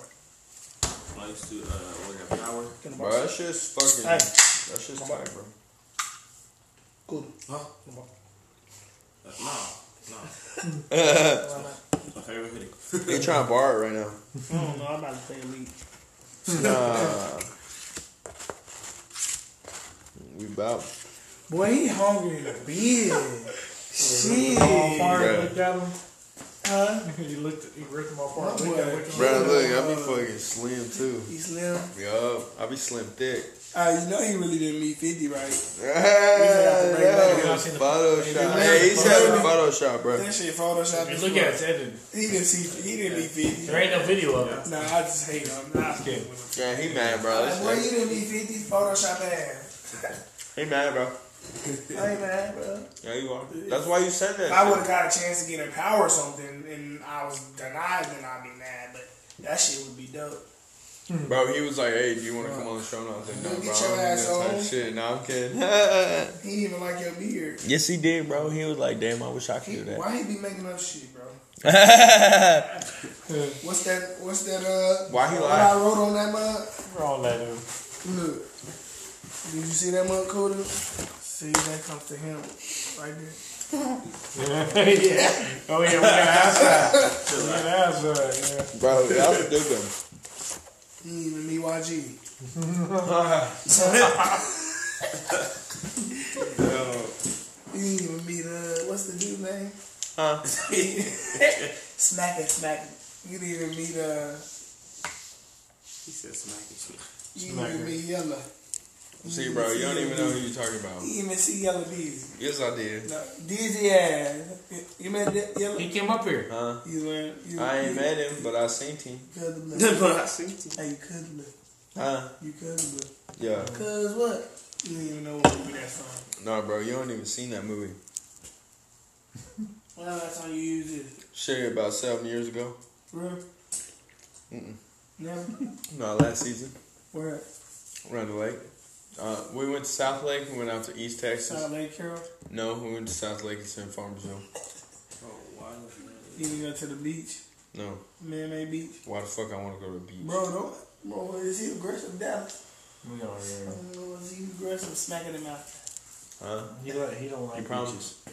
Speaker 5: I used to uh, work at Power.
Speaker 1: In the box.
Speaker 4: Bro, that shit's fucking.
Speaker 1: Hey.
Speaker 4: That shit's tight, bro.
Speaker 1: Good.
Speaker 5: Uh, no, no. My favorite hoodie.
Speaker 4: You trying to borrow it right now?
Speaker 1: I don't know. I'm about to play elite.
Speaker 4: Nah. we bout.
Speaker 1: Boy, he hungry in the bed. Shit.
Speaker 4: Bro,
Speaker 1: Huh?
Speaker 8: he looked. At, he ripped him apart.
Speaker 1: My
Speaker 8: Look at
Speaker 1: boy.
Speaker 8: it.
Speaker 4: bro look, I be fucking slim too.
Speaker 1: He slim.
Speaker 4: Yo, I be slim thick.
Speaker 1: Uh, you know he really didn't meet 50, right?
Speaker 4: that
Speaker 1: back.
Speaker 4: was Photoshop. Hey, he said it was Photoshop, bro.
Speaker 1: That shit Photoshop.
Speaker 3: If
Speaker 1: as
Speaker 3: you look
Speaker 1: fuck.
Speaker 3: at it, it's edited.
Speaker 1: He didn't see. He didn't meet 50.
Speaker 3: There ain't no video of it.
Speaker 1: Nah, I just hate him. Nah, I'm kidding.
Speaker 4: Yeah, he mad, bro. This
Speaker 1: Boy,
Speaker 4: nigga-
Speaker 1: you didn't meet 50 Photoshop ass.
Speaker 4: He mad, bro.
Speaker 1: I ain't mad, bro.
Speaker 4: Yeah, you are. That's why you said that.
Speaker 1: If I would have got a chance to get in power or something, and I was denied, then I'd be mad. But that shit would be dope.
Speaker 4: Bro, he was like, "Hey, do you want to come on the show?" And I was like, "No,
Speaker 1: Get
Speaker 4: bro,
Speaker 1: your
Speaker 4: I
Speaker 1: ass
Speaker 4: don't do that
Speaker 1: on.
Speaker 4: type shit." No, I'm kidding.
Speaker 1: He didn't even like your beard.
Speaker 4: yes, he did, bro. He was like, "Damn, I wish I could
Speaker 1: He,
Speaker 4: do
Speaker 1: why he be making up shit, bro?
Speaker 4: that."
Speaker 1: What's that? What's that? Uh,
Speaker 4: Why he
Speaker 1: what
Speaker 4: laugh?
Speaker 1: I wrote on that mug?
Speaker 3: Wrong that dude.
Speaker 1: Look, did you see that mug, Coda? See, that comes to him right there.
Speaker 3: yeah. Oh yeah, we're gonna ask that. We're gonna ask that. Yeah.
Speaker 4: bro, y'all stupid.
Speaker 1: He ain't even me, YG. He ain't even me, the what's the dude's name?
Speaker 4: Huh?
Speaker 1: Smack it, smack it. You didn't even meet uh,
Speaker 5: He said smack it.
Speaker 1: you didn't even meet Yella.
Speaker 4: See, bro, you don't even know who you're talking about.
Speaker 1: You didn't even see Yella Dizzy.
Speaker 4: Yes, I did.
Speaker 1: No, Dizzy ass. You met that Yella?
Speaker 3: He came up here.
Speaker 4: Huh?
Speaker 1: You learned. You,
Speaker 4: I
Speaker 1: you
Speaker 4: ain't met him, but I seen him.
Speaker 1: Could have looked.
Speaker 5: but I see you.
Speaker 1: Hey, you could have looked.
Speaker 4: Huh?
Speaker 1: You could have looked.
Speaker 4: Yeah.
Speaker 1: Cause what? You didn't even know what movie that's from.
Speaker 4: Nah, bro, you don't even seen that movie.
Speaker 1: Well, that's how you use it.
Speaker 4: Shit, about seven years ago.
Speaker 1: Real?
Speaker 4: Mm-mm.
Speaker 1: Never?
Speaker 4: No, last season.
Speaker 1: Where at?
Speaker 4: Around the lake. Uh, we went to South Lake. We went out to East Texas.
Speaker 1: South Lake Carroll?
Speaker 4: No, we went to South Lake and San Farmersville.
Speaker 1: You didn't go to the beach?
Speaker 4: No.
Speaker 1: Man-made beach?
Speaker 4: Why the fuck I want to go to the beach?
Speaker 1: Bro, don't. Bro, is he aggressive, Dallas?
Speaker 3: We don't
Speaker 1: I
Speaker 3: really-
Speaker 1: don't know, is he aggressive? Smacking him out.
Speaker 4: Huh?
Speaker 3: He, don't- he don't
Speaker 4: You
Speaker 3: like
Speaker 4: promise?
Speaker 1: Huh?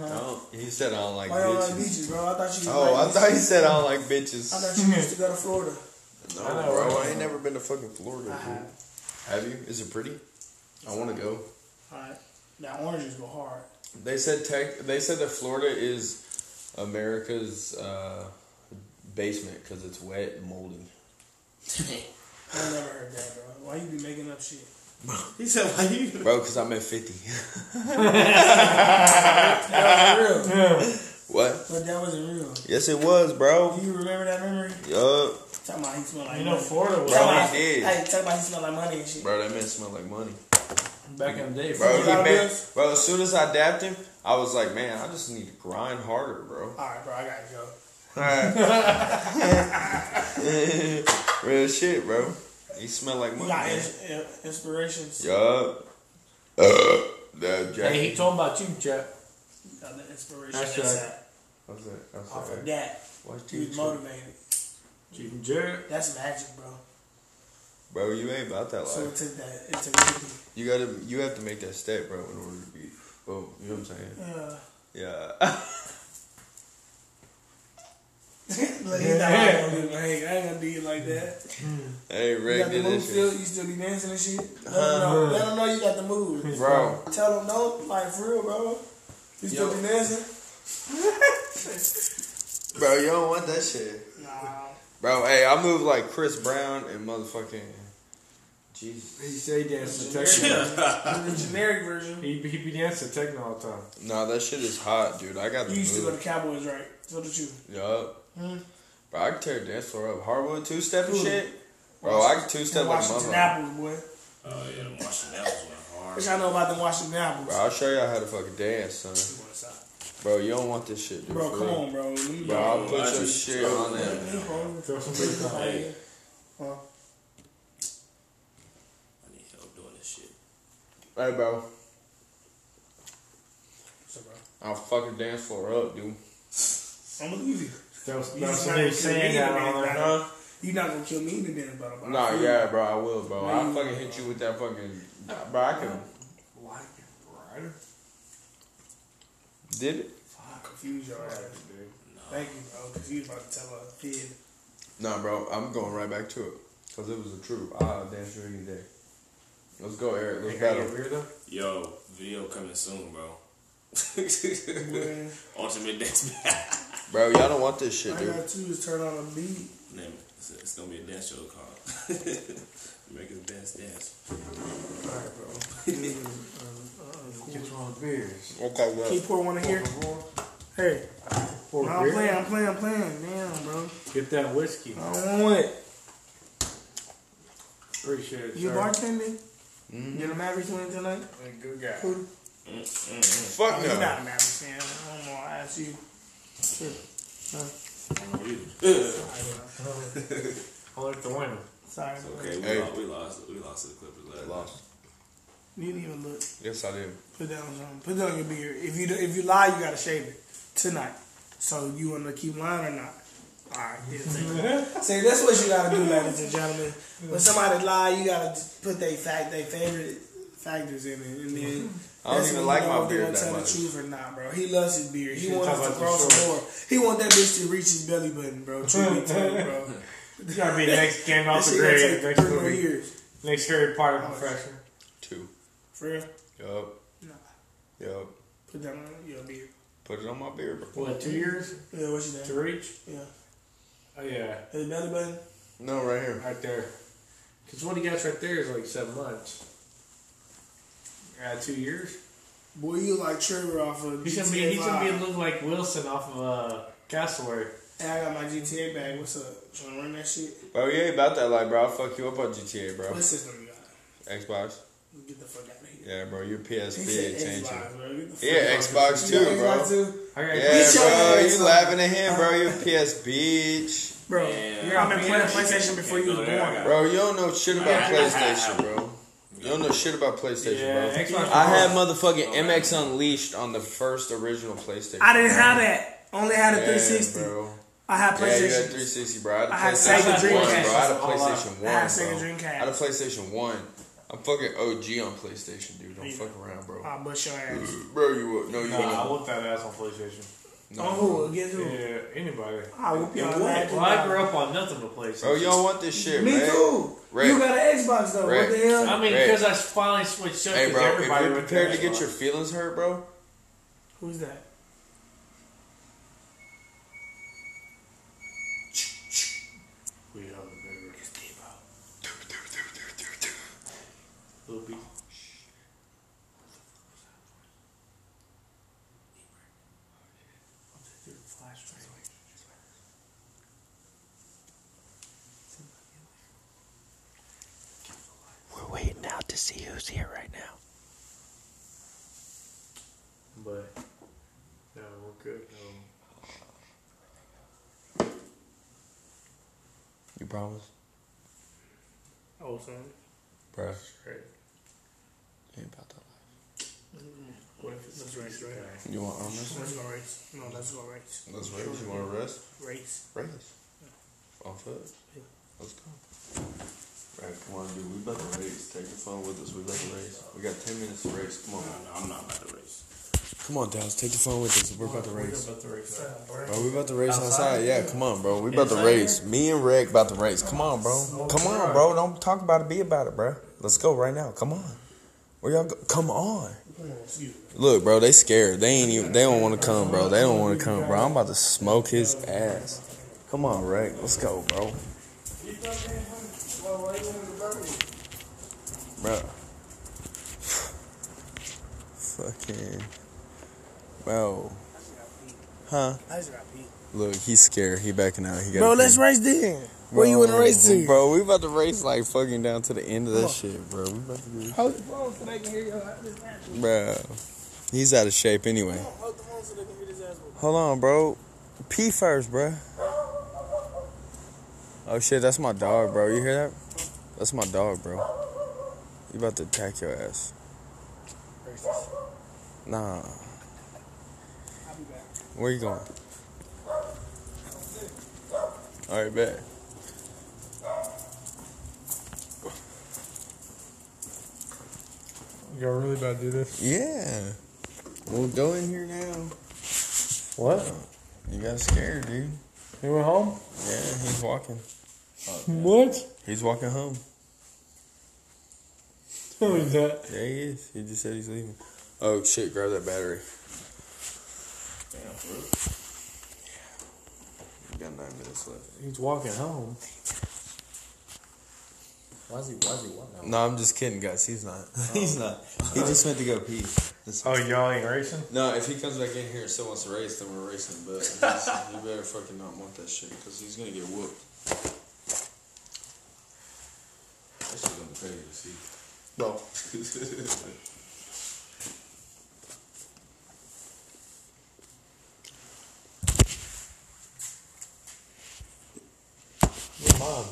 Speaker 4: No. Oh, He said I don't like
Speaker 1: Uh-huh. Why y'all like
Speaker 4: bitches.
Speaker 1: beaches, bro? I thought you
Speaker 4: oh,
Speaker 1: like
Speaker 4: I thought he said I don't like bitches.
Speaker 1: I thought you used to go to Florida.
Speaker 4: no,
Speaker 3: I know,
Speaker 4: bro,
Speaker 3: right?
Speaker 4: I ain't never been to fucking Florida.
Speaker 1: I
Speaker 4: Dude.
Speaker 1: have.
Speaker 4: Have you? Is it pretty? I want to go.
Speaker 1: Alright. Now, oranges go hard.
Speaker 4: They said tech. They said that Florida is America's uh, basement because it's wet and moldy.
Speaker 1: I never heard that, bro. Why you be making up shit?
Speaker 5: He said, "Why you?"
Speaker 4: Bro, because I'm at 50.
Speaker 1: That wasn't real.
Speaker 4: what?
Speaker 1: But that wasn't real.
Speaker 4: Yes, it was, bro.
Speaker 1: Do you remember that memory?
Speaker 4: Yup.
Speaker 1: Talking about he smelled like
Speaker 3: You know,
Speaker 1: money.
Speaker 3: Florida was
Speaker 4: Bro,
Speaker 1: Talking
Speaker 4: he
Speaker 1: about-
Speaker 4: did.
Speaker 1: Hey, talking about he smelled like money and shit.
Speaker 4: Bro, that man smelled like money.
Speaker 3: back in the day.
Speaker 4: Bro,
Speaker 1: You
Speaker 4: he
Speaker 1: got
Speaker 4: man,
Speaker 1: this?
Speaker 4: bro, as soon as I dapped him, I was like, man, I just need to grind harder, bro.
Speaker 1: All right, bro, I gotta go.
Speaker 4: Real shit, bro. He smelled like
Speaker 1: You
Speaker 4: money.
Speaker 1: got
Speaker 4: man.
Speaker 1: ins- in- inspirations.
Speaker 4: Yup. Uh, that jacket.
Speaker 3: Hey, he told him about you, Jack.
Speaker 1: Got the inspiration.
Speaker 3: That's
Speaker 1: ASAP.
Speaker 3: right.
Speaker 4: What's that? I'm
Speaker 1: Off
Speaker 4: sorry.
Speaker 1: of that,
Speaker 4: What's
Speaker 1: you
Speaker 4: you-
Speaker 1: was motivated.
Speaker 3: Chief Jared.
Speaker 1: That's magic, bro.
Speaker 4: Bro, you ain't about that
Speaker 1: So it
Speaker 4: life.
Speaker 1: took that. It took me.
Speaker 4: You gotta, you have to make that step, bro, in order to be. Oh, you know what I'm saying?
Speaker 1: Uh,
Speaker 4: Yeah.
Speaker 1: like, he's not gonna do it, but hey, I ain't gonna do you like that.
Speaker 4: hey,
Speaker 1: You
Speaker 4: Rick
Speaker 1: got the
Speaker 4: did
Speaker 1: move
Speaker 4: this
Speaker 1: still?
Speaker 4: shit.
Speaker 1: You still be dancing and shit? Let them know. Let 'em know you got the move.
Speaker 4: Bro,
Speaker 1: Tell them no, like for real, bro. You still
Speaker 4: Yo.
Speaker 1: be dancing?
Speaker 4: bro, you don't want that shit.
Speaker 1: Nah.
Speaker 4: Bro, hey, I move like Chris Brown and motherfucking. Jesus.
Speaker 3: He said he danced to
Speaker 1: Generic,
Speaker 3: techno.
Speaker 1: the generic version.
Speaker 3: He, he be dancing to techno all the time.
Speaker 4: Nah, that shit is hot, dude. I got the
Speaker 1: You used to go to
Speaker 4: move.
Speaker 1: Cowboys, right? So did you.
Speaker 4: Yup.
Speaker 1: Hmm.
Speaker 4: Bro, I can tear a dance floor up. Hardwood two step and
Speaker 1: Ooh.
Speaker 4: shit. Bro, I can two step
Speaker 1: And
Speaker 4: like
Speaker 1: Washington
Speaker 4: motherfucker.
Speaker 1: apples, boy.
Speaker 5: Oh yeah, the Washington apples went hard.
Speaker 1: Which I know about the Washington
Speaker 4: Bro,
Speaker 1: apples.
Speaker 4: I'll show y'all how to fucking dance, son. Bro, you don't want this shit, dude.
Speaker 1: Bro,
Speaker 4: for
Speaker 1: come
Speaker 4: real.
Speaker 1: on, bro. Let me
Speaker 4: Bro, I'll put your shit on that.
Speaker 3: Throw some big time.
Speaker 5: I need help doing this shit.
Speaker 4: Hey, bro. I'll fucking dance floor up, dude.
Speaker 1: I'm gonna leave you.
Speaker 3: That was,
Speaker 1: You
Speaker 3: that was
Speaker 1: just
Speaker 3: somebody
Speaker 1: gotta
Speaker 3: saying
Speaker 1: kill
Speaker 3: that
Speaker 1: me,
Speaker 3: on
Speaker 1: man.
Speaker 3: there.
Speaker 4: Huh?
Speaker 1: You're not gonna kill me in the dance battle. but
Speaker 4: Nah,
Speaker 1: I'll kill
Speaker 4: yeah, bro, I will, bro.
Speaker 1: No,
Speaker 4: I'll
Speaker 1: you-
Speaker 4: fucking hit you with that fucking. Bro, I can.
Speaker 3: Like rider?
Speaker 4: Did it?
Speaker 1: you. I'll confuse your ass. Thank you, bro. Cause you was about to tell a kid.
Speaker 4: Nah, bro, I'm going right back to it. Because it was the truth. I'll dance you any day. Let's go, Eric. Let's
Speaker 3: Hey, are you
Speaker 4: battle.
Speaker 3: weirdo?
Speaker 5: Yo, video coming soon, bro.
Speaker 1: Boy,
Speaker 5: Ultimate dance battle.
Speaker 4: Bro, y'all don't want this shit,
Speaker 1: I
Speaker 4: dude.
Speaker 1: got to is turn on a beat.
Speaker 5: Name it. It's, it's gonna be a dance show called America's Best Dance.
Speaker 1: uh,
Speaker 3: Get you on the beers.
Speaker 4: Okay,
Speaker 1: Can you pour one in here? Hey,
Speaker 3: Pour
Speaker 1: no,
Speaker 3: a
Speaker 1: I'm
Speaker 3: beer?
Speaker 1: playing, I'm playing, I'm playing. Damn, bro.
Speaker 3: Get that whiskey.
Speaker 1: I don't want it.
Speaker 3: Appreciate it.
Speaker 1: You
Speaker 3: sir.
Speaker 1: bartending? You the Mavericks win tonight?
Speaker 8: Good guy.
Speaker 1: Who?
Speaker 4: Fuck
Speaker 1: You're
Speaker 4: no.
Speaker 1: not a Mavericks fan. I'm gonna ask you.
Speaker 3: I like the wine.
Speaker 1: Sorry,
Speaker 5: It's
Speaker 1: bro.
Speaker 5: okay. We,
Speaker 4: Hey.
Speaker 5: lost, we lost. We lost to the Clippers last night.
Speaker 4: Lost.
Speaker 1: You didn't even look.
Speaker 4: Yes, I did.
Speaker 1: Put that on something. Put that on your beard. If you if you lie, you gotta shave it tonight. So you wanna keep lying or not? All right. Yeah, say- say that's what you gotta do, ladies and gentlemen. When somebody lie, you gotta just put they fact they favorite factors in it, and then.
Speaker 4: I don't
Speaker 1: that's when
Speaker 4: even like
Speaker 1: you know
Speaker 4: my
Speaker 1: if they
Speaker 4: beard
Speaker 1: gonna
Speaker 4: that
Speaker 1: tell
Speaker 4: much.
Speaker 1: the truth or not, bro. He loves his beard. He
Speaker 3: should
Speaker 1: wants
Speaker 3: talk
Speaker 1: to
Speaker 3: about
Speaker 1: cross
Speaker 3: the
Speaker 1: the more. He want that bitch to reach his belly button, bro. Truth be told, bro.
Speaker 3: You gotta be next game
Speaker 1: That
Speaker 3: off the
Speaker 1: shit gonna
Speaker 3: grade.
Speaker 1: take
Speaker 3: Next
Speaker 1: three more
Speaker 3: movie.
Speaker 1: years.
Speaker 3: Next Harry Potter profession.
Speaker 4: Two.
Speaker 1: For real?
Speaker 4: Yup.
Speaker 1: Nah.
Speaker 4: Yup.
Speaker 1: Put that on your beard.
Speaker 4: Put it on my beard, bro.
Speaker 3: What, two years
Speaker 1: Yeah, what you
Speaker 3: to
Speaker 1: name?
Speaker 3: reach?
Speaker 1: Yeah.
Speaker 3: Oh, yeah.
Speaker 1: His belly button.
Speaker 4: No, right here.
Speaker 3: Right there. Because what he got right there is like seven months. Yeah, two years.
Speaker 1: Boy, you like trigger off of
Speaker 3: He
Speaker 1: GTA
Speaker 3: should be, he should be
Speaker 1: Live.
Speaker 3: looking like Wilson off of uh, Castaway.
Speaker 1: Hey, I got my GTA bag. What's up? Trying to run that shit?
Speaker 4: Bro, you ain't about that life, bro. I'll fuck you up on GTA, bro.
Speaker 1: What system you got?
Speaker 4: Xbox.
Speaker 1: Get the fuck out of here.
Speaker 4: Yeah, bro, you're
Speaker 1: He
Speaker 4: PSP,
Speaker 1: said
Speaker 4: it's ain't you?
Speaker 1: Xbox, bro. Get the fuck
Speaker 4: Yeah,
Speaker 1: out.
Speaker 4: Xbox
Speaker 1: You got
Speaker 4: too, bro.
Speaker 1: Xbox too?
Speaker 3: I got
Speaker 4: Yeah,
Speaker 1: showed
Speaker 4: bro,
Speaker 1: you
Speaker 4: you
Speaker 1: Xbox.
Speaker 4: laughing at him, bro. You PS bitch,
Speaker 1: Bro,
Speaker 5: Yeah.
Speaker 1: I've been playing
Speaker 3: Yeah.
Speaker 1: PlayStation before you was
Speaker 5: Yeah, I
Speaker 1: born.
Speaker 5: got-
Speaker 4: bro. You don't know shit about PlayStation, bro. You don't know shit about PlayStation,
Speaker 3: Yeah,
Speaker 4: bro.
Speaker 3: Xbox.
Speaker 4: I had motherfucking MX Unleashed on the first original PlayStation.
Speaker 1: I didn't
Speaker 4: bro.
Speaker 1: have that. Only had a
Speaker 4: Yeah,
Speaker 1: 360.
Speaker 4: bro.
Speaker 1: I had
Speaker 4: Yeah, you had
Speaker 1: PlayStation.
Speaker 4: 360, bro. I
Speaker 1: I
Speaker 4: had
Speaker 1: had
Speaker 4: a
Speaker 1: Sega
Speaker 4: PlayStation One,
Speaker 1: Dreamcast.
Speaker 4: bro. I had a
Speaker 3: All
Speaker 4: PlayStation One,
Speaker 1: I had
Speaker 4: bro.
Speaker 1: Sega Dreamcast.
Speaker 4: I had a PlayStation One. I'm fucking OG on PlayStation, dude. Don't fuck around, bro.
Speaker 1: I'll bust your ass.
Speaker 4: Bro, you would. No, you
Speaker 3: Nah, I
Speaker 4: wouldn't.
Speaker 3: want that ass on PlayStation.
Speaker 4: Mm,
Speaker 1: On who? Against who?
Speaker 3: Yeah, anybody.
Speaker 1: I'll whoop your ass.
Speaker 3: Well, I grew up on nothing but PlayStation.
Speaker 4: Bro, you don't want this shit,
Speaker 1: Me
Speaker 4: man.
Speaker 1: too.
Speaker 4: Ray.
Speaker 1: You got an Xbox though.
Speaker 4: Ray.
Speaker 1: What the hell?
Speaker 3: I mean,
Speaker 4: Red.
Speaker 3: because I finally switched up.
Speaker 4: Hey,
Speaker 3: because
Speaker 4: bro, if
Speaker 3: everybody
Speaker 4: you're
Speaker 3: went
Speaker 4: prepared
Speaker 3: that
Speaker 4: to get
Speaker 3: Xbox.
Speaker 4: your feelings hurt, bro,
Speaker 1: Who's that?
Speaker 9: We have the bigger. Little B.
Speaker 6: We're waiting out to see who's here right now.
Speaker 9: But no, we're good. Um, No.
Speaker 4: You promise?
Speaker 1: Oh, son.
Speaker 4: Bro.
Speaker 1: Right.
Speaker 4: Ain't about that life.
Speaker 1: What if it's that's race, right?
Speaker 4: You want arm wrestling?
Speaker 1: Let's go race. No, let's go race.
Speaker 4: Let's race. You want to rest?
Speaker 1: Race.
Speaker 4: Race. On foot?
Speaker 1: Yeah.
Speaker 4: Let's go. Alright, come on, dude. We about to race. Take your phone with us. We about to race. We got 10 minutes to race. Come on.
Speaker 5: No, I'm not about to race.
Speaker 4: Come on, Dallas. Take your phone with us. We're about to race.
Speaker 9: But the race.
Speaker 4: Bro, we about to race outside. Yeah, come on, bro. We about to race. Me and Rick about to race. Come on, bro. Come on, bro. Don't talk about it. Be about it, bro. Let's go right now. Come on. Where y'all go? Come on. Look, bro. They scared. They ain't even. They don't want to come, bro. They don't want to come, bro. I'm about to smoke his ass. Come on, Rick. Let's go, bro. Bro. Fucking. Bro. Huh?
Speaker 1: I just got beat.
Speaker 4: Look, he's scared. He backing out. He got.
Speaker 1: Bro, let's race then. Where you want to race to?
Speaker 4: Bro, we about to race like fucking down to the end of that shit, bro. We about to do this.
Speaker 1: Hold the phone so they can hear your this ass.
Speaker 4: Bro, he's out of shape anyway.
Speaker 1: Come on, hold the phone so they can hear this ass.
Speaker 4: Hold on, bro. Pee first, bro. Oh shit, that's my dog, bro. You hear that? That's my dog, bro. You about to attack your ass?
Speaker 1: Racist.
Speaker 4: Nah.
Speaker 1: I'll be back.
Speaker 4: Where you going? All right, bet.
Speaker 3: Y'all really about to do this?
Speaker 4: Yeah. We'll go in here now.
Speaker 3: What?
Speaker 4: You got scared, dude.
Speaker 3: He went home?
Speaker 4: Yeah, he's walking.
Speaker 3: What?
Speaker 4: He's walking home.
Speaker 3: Tell me that.
Speaker 4: Yeah, he is. He just said he's leaving. Oh shit! Grab that battery. Yeah. We got nine minutes left.
Speaker 3: He's walking home. Why is he, why is he walking home?
Speaker 4: No, I'm just kidding, guys. He's not. he's not. He just went to go pee. That's-
Speaker 3: Oh, y'all ain't racing?
Speaker 4: No, if he comes back in here and still wants to race, then we're racing. But he's- you better fucking not want that shit because he's gonna get whooped.
Speaker 5: That shit's gonna be crazy to see.
Speaker 4: Bro,
Speaker 3: Your mom.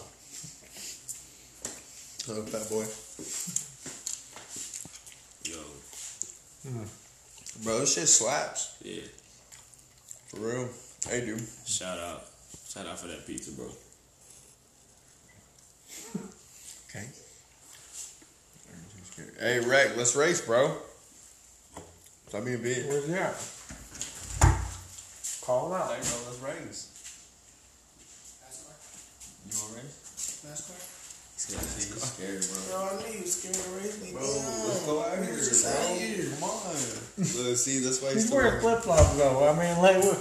Speaker 4: oh, fat boy.
Speaker 5: Yo,
Speaker 4: Bro, this shit slaps.
Speaker 5: yeah.
Speaker 4: For real. Hey, dude.
Speaker 5: Shout out, shout out for that pizza, bro.
Speaker 4: Okay. Hey, Rack, let's race, bro. Stop being a bitch.
Speaker 3: Where's he at? Call him out.
Speaker 4: Hey, bro, let's race. You want to race?
Speaker 1: NASCAR?
Speaker 4: He's scared, bro.
Speaker 1: Bro, I knew you was scared to race me.
Speaker 4: Bro, let's go out here, bro. Come on. Look, see, that's why he's
Speaker 3: He's
Speaker 4: still wearing-
Speaker 3: wearing flip flops though. I mean, like, what?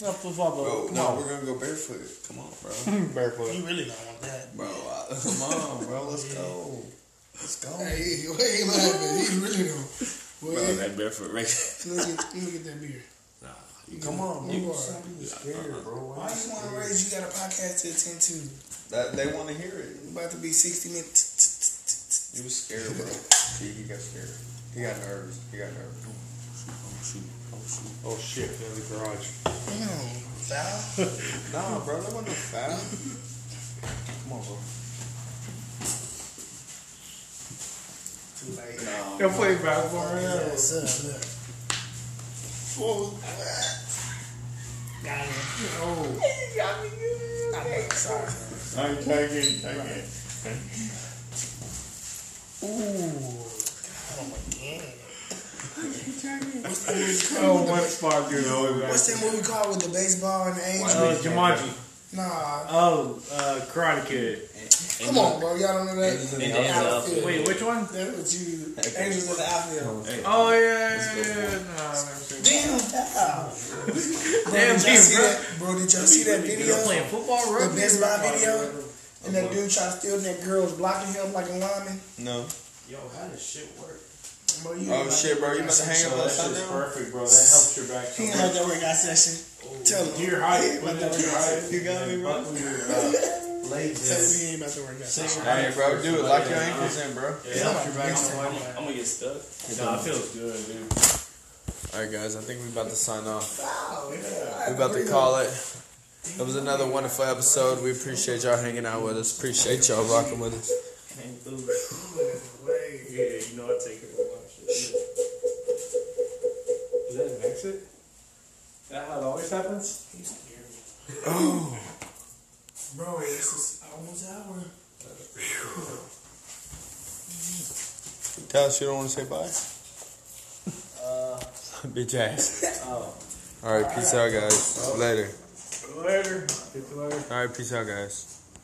Speaker 3: Not flip flop, but
Speaker 4: Bro,
Speaker 3: come
Speaker 4: Oh, no,
Speaker 3: on.
Speaker 4: we're gonna go barefoot. Come on, bro.
Speaker 1: You really don't want that.
Speaker 4: bro, I, come on, bro. Let's go. Let's go.
Speaker 1: Hey, you ain't laughing. He really don't. Boy,
Speaker 5: Bro, that barefoot race.
Speaker 1: look, at, look at that beer.
Speaker 5: Nah, you
Speaker 4: Come on, bro.
Speaker 1: You are-
Speaker 4: Stop being scared, bro.
Speaker 1: Why
Speaker 4: Why?
Speaker 1: you want to race? You got a podcast to attend to.
Speaker 4: That, they want to hear it.
Speaker 1: About to be 60 minutes.
Speaker 4: You was scared, bro. See, he got scared. He got nervous. He got nervous.
Speaker 3: Oh shit, in the garage.
Speaker 1: Damn, foul.
Speaker 4: Nah, bro, that wasn't a foul. Come on, bro.
Speaker 1: Too late.
Speaker 3: Y'all play basketball right
Speaker 1: Yeah,
Speaker 3: now?
Speaker 1: what's up? Look. Whoa. Got him. Oh. You got me good. I'm sorry.
Speaker 9: I'm taking, taking.
Speaker 1: Ooh. Got him again.
Speaker 3: Oh, what spot, dude? Oh,
Speaker 1: What's that movie called with the baseball and the angel?
Speaker 3: Uh, Jumanji.
Speaker 1: Nah,
Speaker 3: Oh, uh, Karate Kid.
Speaker 1: Come on, bro. Y'all don't know that.
Speaker 4: Angels in
Speaker 1: Yeah,
Speaker 4: the
Speaker 1: outfield.
Speaker 8: Wait, which one?
Speaker 1: That was you. Angels in the outfield.
Speaker 8: Oh yeah, yeah, yeah, yeah. No, I've never seen it.
Speaker 1: Damn. wow. Bro,
Speaker 8: Damn,
Speaker 1: did y'all
Speaker 8: dude,
Speaker 1: see
Speaker 8: bro.
Speaker 1: that? Bro, did y'all see that video?
Speaker 8: You're playing football,
Speaker 1: The
Speaker 8: rugby.
Speaker 1: Best Buy video? And that dude tried to steal and that girl was blocking him like a lineman.
Speaker 4: No.
Speaker 3: Yo, how does shit work?
Speaker 1: Bro, you
Speaker 4: Oh
Speaker 1: ain't like
Speaker 4: shit, bro! You must hang up on
Speaker 3: That shit's
Speaker 4: Sunday.
Speaker 3: perfect, bro. That helps your back.
Speaker 1: He ain't like that workout session. Tell him.
Speaker 3: Your
Speaker 1: He
Speaker 3: height,
Speaker 1: ain't about
Speaker 3: put it
Speaker 1: that
Speaker 3: at your
Speaker 1: workout
Speaker 3: height.
Speaker 1: session.
Speaker 4: You got me, bro.
Speaker 3: Buckle your uh, legs.
Speaker 1: Tell him
Speaker 3: in.
Speaker 1: he ain't about that workout session.
Speaker 4: Hey, bro, do it. Lock your ankles in, bro.
Speaker 3: Yeah, helps your back. so much.
Speaker 5: I'm gonna get stuck. Nah, it feels good, dude.
Speaker 4: All right, guys. I think we about to sign off.
Speaker 1: Wow, yeah.
Speaker 4: We about to call it. It was another wonderful episode. We appreciate y'all hanging out with us. Appreciate y'all rocking with us.
Speaker 5: Yeah, you know I take it. Is that an exit? Is that how it always happens?
Speaker 1: He scared me. Oh. Bro, this is almost hour.
Speaker 4: Dallas, you don't want to say bye? Uh,
Speaker 5: Uh,
Speaker 4: bitch ass. All right, peace out, guys. Later.
Speaker 5: oh. Later. Get to later.
Speaker 4: All right, peace out, guys.